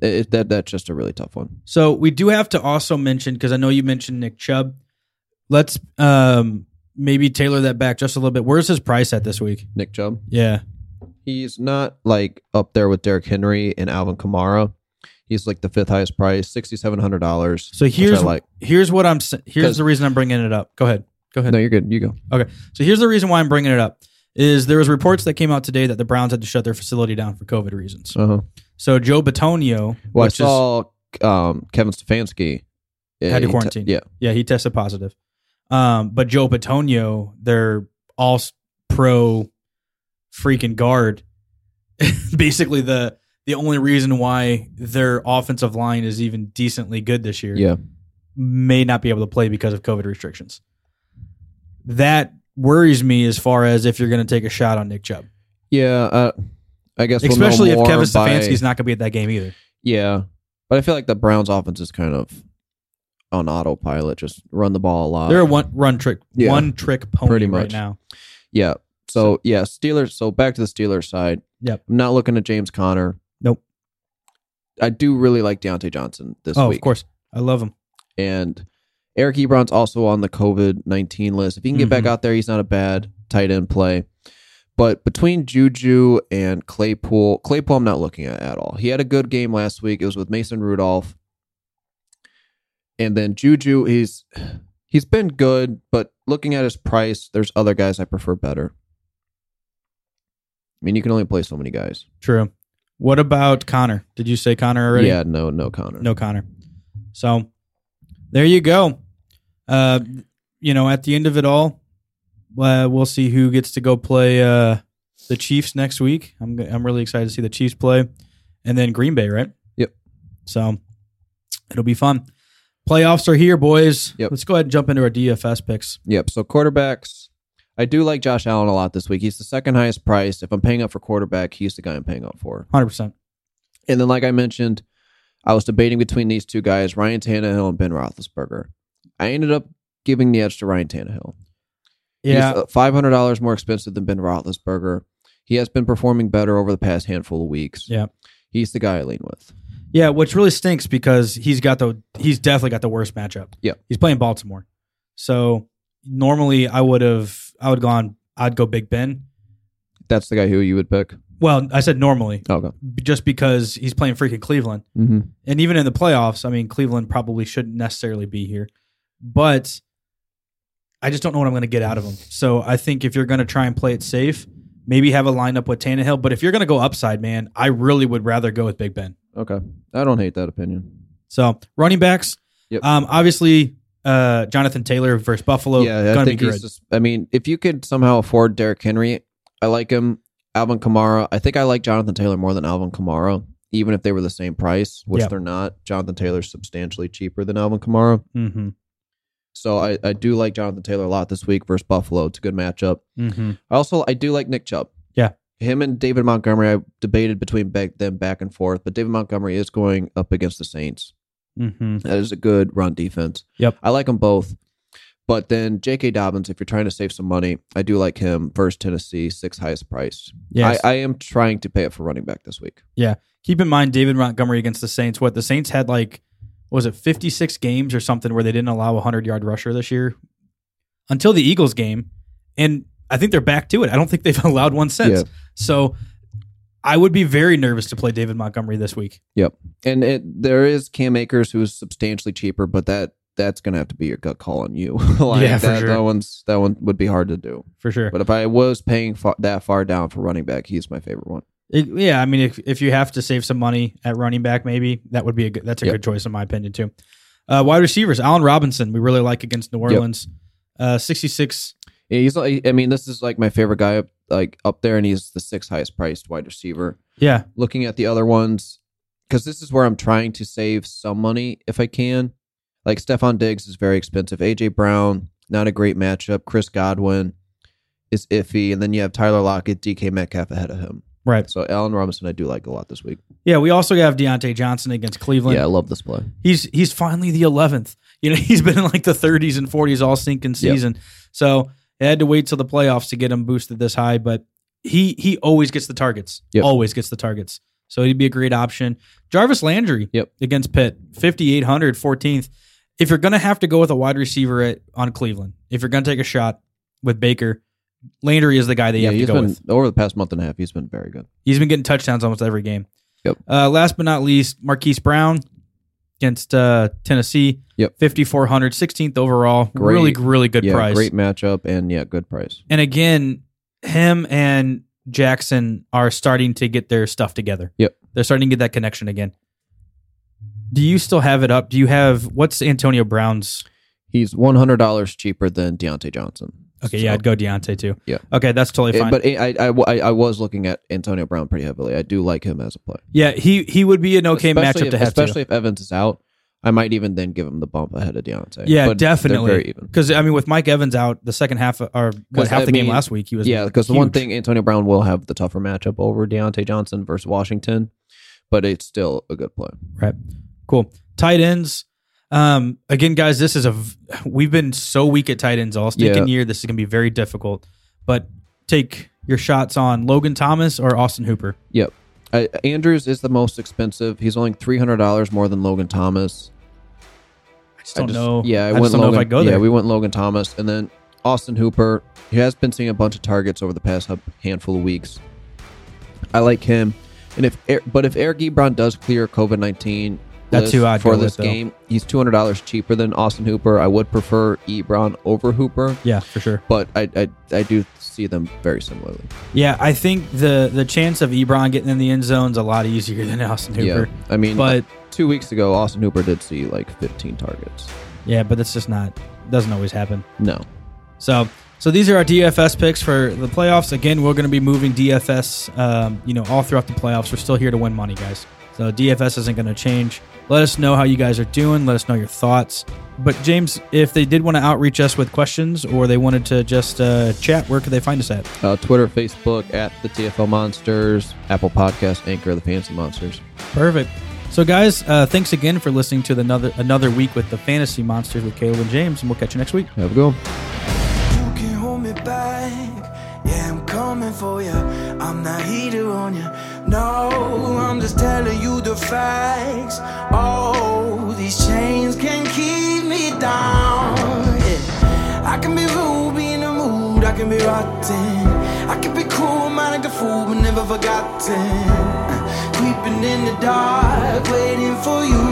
Speaker 3: it, that that's just a really tough one.
Speaker 2: so we do have to also mention because i know you mentioned nick chubb let's um maybe tailor that back just a little bit where's his price at this week
Speaker 3: Nick Chubb,
Speaker 2: yeah
Speaker 3: he's not like up there with Derrick Henry and Alvin Kamara. He's like the fifth highest price, sixty seven hundred dollars.
Speaker 2: so here's
Speaker 3: like.
Speaker 2: here's what i'm s- here's
Speaker 3: 'Cause-
Speaker 2: the reason i'm bringing it up go ahead go ahead
Speaker 3: No, you're good. You go.
Speaker 2: So here's the reason why I'm bringing it up is there was reports that came out today that the Browns had to shut their facility down for COVID reasons.
Speaker 3: Uh huh.
Speaker 2: So Joe Batonio,
Speaker 3: Well,
Speaker 2: which
Speaker 3: I
Speaker 2: is
Speaker 3: saw um, Kevin Stefanski uh,
Speaker 2: Had to
Speaker 3: he te-
Speaker 2: quarantine.
Speaker 3: yeah,
Speaker 2: yeah, he tested positive. Um, but Joe Batonio, their all s- pro freaking guard, basically the the only reason why their offensive line is even decently good this year
Speaker 3: yeah.
Speaker 2: may not be able to play because of COVID restrictions. That worries me as far as if you're going to take a shot on Nick Chubb,
Speaker 3: Yeah, uh, I guess we'll know
Speaker 2: especially if
Speaker 3: more
Speaker 2: Kevin
Speaker 3: by-
Speaker 2: Stefanski's not going to be at that game either.
Speaker 3: Yeah, but I feel like the Browns' offense is kind of on autopilot, just run the ball a lot.
Speaker 2: They're a one run trick,
Speaker 3: Uh, Yeah.
Speaker 2: one trick pony
Speaker 3: Pretty
Speaker 2: right
Speaker 3: much.
Speaker 2: now.
Speaker 3: yeah. So yeah, Steelers. So back to the Steelers side.
Speaker 2: Yep.
Speaker 3: I'm not looking at James Conner.
Speaker 2: Nope.
Speaker 3: I do really like Deontay Johnson this
Speaker 2: oh,
Speaker 3: week.
Speaker 2: of course, I love him.
Speaker 3: And Eric Ebron's also on the COVID 19 list. If he can get back
Speaker 2: Mhm.
Speaker 3: out there, he's not a bad tight end play. But between Juju and Claypool, Claypool, I'm not looking at at all. He had a good game last week. It was with Mason Rudolph. And then Juju, he's he's been good, but looking at his price, there's other guys I prefer better. I mean, you can only play so many guys.
Speaker 2: True. What about Connor? Did you say Connor already?
Speaker 3: Yeah, no, no Connor.
Speaker 2: No Connor. So there you go. Uh, you know, at the end of it all, uh, we'll see who gets to go play uh, the Chiefs next week. I'm g- I'm really excited to see the Chiefs play, and then Green Bay, right?
Speaker 3: Yep.
Speaker 2: So it'll be fun. Playoffs are here, boys.
Speaker 3: Yep.
Speaker 2: Let's go ahead and jump into our DFS picks.
Speaker 3: Yep. So quarterbacks, I do like Josh Allen a lot this week. He's the second highest priced. If I'm paying up for quarterback, he's the guy I'm paying up for.
Speaker 2: Hundred percent.
Speaker 3: And then, like I mentioned, I was debating between these two guys, Ryan Tannehill and Ben Roethlisberger. I ended up giving the edge to Ryan Tannehill.
Speaker 2: Yeah.
Speaker 3: He's uh, five hundred dollars more expensive than Ben Roethlisberger. He has been performing better over the past handful of weeks.
Speaker 2: Yeah.
Speaker 3: He's the guy I lean with.
Speaker 2: Yeah, which really stinks because he's got the he's definitely got the worst matchup.
Speaker 3: Yeah.
Speaker 2: he's playing Baltimore, so normally I would have I would gone I'd go Big Ben.
Speaker 3: That's the guy who you would pick.
Speaker 2: Well, I said normally
Speaker 3: Okay.
Speaker 2: b- just because he's playing freaking Cleveland,
Speaker 3: Mm-hmm.
Speaker 2: and even in the playoffs, I mean Cleveland probably shouldn't necessarily be here, but I just don't know what I'm going to get out of him. So I think if you're going to try and play it safe, maybe have a lineup with Tannehill. But if you're going to go upside, man, I really would rather go with Big Ben.
Speaker 3: Okay. I don't hate that opinion.
Speaker 2: So running backs,
Speaker 3: Yep.
Speaker 2: Um, obviously, uh, Jonathan Taylor versus Buffalo.
Speaker 3: yeah, I
Speaker 2: gonna be
Speaker 3: think
Speaker 2: good.
Speaker 3: he's. Just, I mean, if you could somehow afford Derrick Henry, I like him. Alvin Kamara, I think I like Jonathan Taylor more than Alvin Kamara, even if they were the same price, which
Speaker 2: Yeah.
Speaker 3: they're not. Jonathan Taylor's substantially cheaper than Alvin Kamara,
Speaker 2: mm-hmm.
Speaker 3: so I, I do like Jonathan Taylor a lot this week versus Buffalo. It's a good matchup.
Speaker 2: Mm-hmm.
Speaker 3: I also I do like Nick Chubb.
Speaker 2: Yeah.
Speaker 3: Him and David Montgomery, I debated between back, them back and forth, but David Montgomery is going up against the Saints.
Speaker 2: Mm-hmm.
Speaker 3: That is a good run defense.
Speaker 2: Yep.
Speaker 3: I like them both. But then J.K. Dobbins, if you're trying to save some money, I do like him versus Tennessee, sixth highest price.
Speaker 2: Yes.
Speaker 3: I, I am trying to pay it for running back this week.
Speaker 2: Keep in mind David Montgomery against the Saints. What the Saints had like what was it 56 games or something where they didn't allow a 100-yard rusher this year until the Eagles game and I think they're back to it. I don't think they've allowed one since.
Speaker 3: Yeah.
Speaker 2: So I would be very nervous to play David Montgomery this week.
Speaker 3: And it, there is Cam Akers, who is substantially cheaper, but that that's going to have to be your gut call on you. like
Speaker 2: Yeah, for
Speaker 3: that,
Speaker 2: sure.
Speaker 3: that one's that one would be hard to do.
Speaker 2: For sure.
Speaker 3: But if I was paying fa- that far down for running back, he's my favorite one.
Speaker 2: It- yeah, I mean, if if you have to save some money at running back, maybe that would be a good, that's a
Speaker 3: Yep.
Speaker 2: good choice in my opinion too. Uh, wide receivers, Allen Robinson, we really like against New Orleans. Uh, sixty six.
Speaker 3: Yeah, he's like, I mean, this is like my favorite guy up like up there, and he's the sixth highest priced wide receiver.
Speaker 2: Yeah,
Speaker 3: Looking at the other ones, because this is where I'm trying to save some money if I can. Like Stefan Diggs is very expensive. AJ Brown, not a great matchup. Chris Godwin is iffy, and then you have Tyler Lockett, DK Metcalf ahead of him.
Speaker 2: right.
Speaker 3: So Allen Robinson, I do like a lot this week.
Speaker 2: Yeah, we also have Deontay Johnson against Cleveland.
Speaker 3: Yeah, I love this play.
Speaker 2: he's he's finally the eleventh. You know, he's been in like the thirties and forties all sinking season. So I had to wait till the playoffs to get him boosted this high, but he he always gets the targets.
Speaker 3: Yep.
Speaker 2: Always gets the targets. So he'd be a great option. Jarvis Landry
Speaker 3: Yep.
Speaker 2: against Pitt, 5,800, 14th. If you're going to have to go with a wide receiver at, on Cleveland, if you're going to take a shot with Baker, Landry is the guy that you
Speaker 3: yeah,
Speaker 2: have to
Speaker 3: he's
Speaker 2: go
Speaker 3: been
Speaker 2: with.
Speaker 3: over the past month and a half. He's been very good.
Speaker 2: He's been getting touchdowns almost every game.
Speaker 3: Yep.
Speaker 2: Uh, last but not least, Marquise Brown against uh, Tennessee.
Speaker 3: Yep.
Speaker 2: 5,400, 16th overall.
Speaker 3: Great.
Speaker 2: Really, really good
Speaker 3: yeah,
Speaker 2: price.
Speaker 3: great matchup, and yeah, good price.
Speaker 2: And again, him and Jackson are starting to get their stuff together.
Speaker 3: Yep.
Speaker 2: They're starting to get that connection again. Do you still have it up? Do you have what's Antonio Brown's?
Speaker 3: He's one hundred dollars cheaper than Deontay Johnson.
Speaker 2: Okay,
Speaker 3: So-
Speaker 2: yeah, I'd go Deontay too.
Speaker 3: Yeah.
Speaker 2: Okay, that's totally
Speaker 3: Eh,
Speaker 2: fine.
Speaker 3: but eh, I, I, w- I- I was looking at Antonio Brown pretty heavily. I do like him as a player.
Speaker 2: yeah, he he would be an okay
Speaker 3: Especially
Speaker 2: matchup
Speaker 3: if,
Speaker 2: to have
Speaker 3: Especially if Evans is out, I might even then give him the bump ahead of Deontay.
Speaker 2: too. Yeah,
Speaker 3: But they're
Speaker 2: definitely.
Speaker 3: very even.
Speaker 2: Because I mean, with Mike Evans out, the second half of- or what
Speaker 3: 'Cause,
Speaker 2: half
Speaker 3: I
Speaker 2: the game
Speaker 3: mean,
Speaker 2: last week, he was
Speaker 3: Yeah, because the one
Speaker 2: huge.
Speaker 3: thing Antonio Brown will have the tougher matchup over Deontay Johnson versus Washington, but it's still a good play.
Speaker 2: Right. Cool. Tight ends. Um, again, guys, this is a v- we've been so weak at tight ends all stinking year. This is gonna be very difficult. But take your shots on Logan Thomas or Austin Hooper.
Speaker 3: Yep. Uh, Andrews is the most expensive. He's only three hundred dollars more than Logan Thomas.
Speaker 2: I just
Speaker 3: I
Speaker 2: don't
Speaker 3: just-
Speaker 2: know.
Speaker 3: Yeah, I,
Speaker 2: I
Speaker 3: went
Speaker 2: just don't
Speaker 3: Logan,
Speaker 2: know if I go there.
Speaker 3: Yeah, we went Logan Thomas, and then Austin Hooper. He has been seeing a bunch of targets over the past hu- handful of weeks. I like him, and if Er- but if Eric Ebron does clear COVID nineteen,
Speaker 2: That's who I'd
Speaker 3: for
Speaker 2: go
Speaker 3: this
Speaker 2: with, though.
Speaker 3: game. He's two hundred dollars cheaper than Austin Hooper. I would prefer Ebron over Hooper,
Speaker 2: yeah, for sure.
Speaker 3: but I I, I do see them very similarly.
Speaker 2: Yeah, I think the the chance of Ebron getting in the end zone's a lot easier than Austin Hooper.
Speaker 3: Yeah, I mean, uh,
Speaker 2: But
Speaker 3: two weeks ago, Austin Hooper did see like fifteen targets.
Speaker 2: yeah, but that's just not doesn't always happen.
Speaker 3: No,
Speaker 2: So so these are our DFS picks for the playoffs. Again, we're going to be moving DFS, um, you know, all throughout the playoffs. We're still here to win money, guys. So DFS isn't going to change. Let us know how you guys are doing. Let us know your thoughts. But James, if they did want to outreach us with questions or they wanted to just uh, chat, where could they find us at?
Speaker 3: Uh, Twitter, Facebook, at the TFL Monsters, Apple Podcast, Anchor, the Fancy Monsters.
Speaker 2: Perfect. So guys, uh, thanks again for listening to the another another week with the Fantasy Monsters with Caleb and James, and we'll catch you next week.
Speaker 3: Have a good one.
Speaker 1: You can hold me back. Yeah, I'm coming for you. I'm not heater on you. No, I'm just telling you the facts. Oh, these chains can keep me down. Yeah. I can be rude, be in the mood. I can be rotten. I can be cruel, minded a fool, but never forgotten. Creeping in the dark, waiting for you.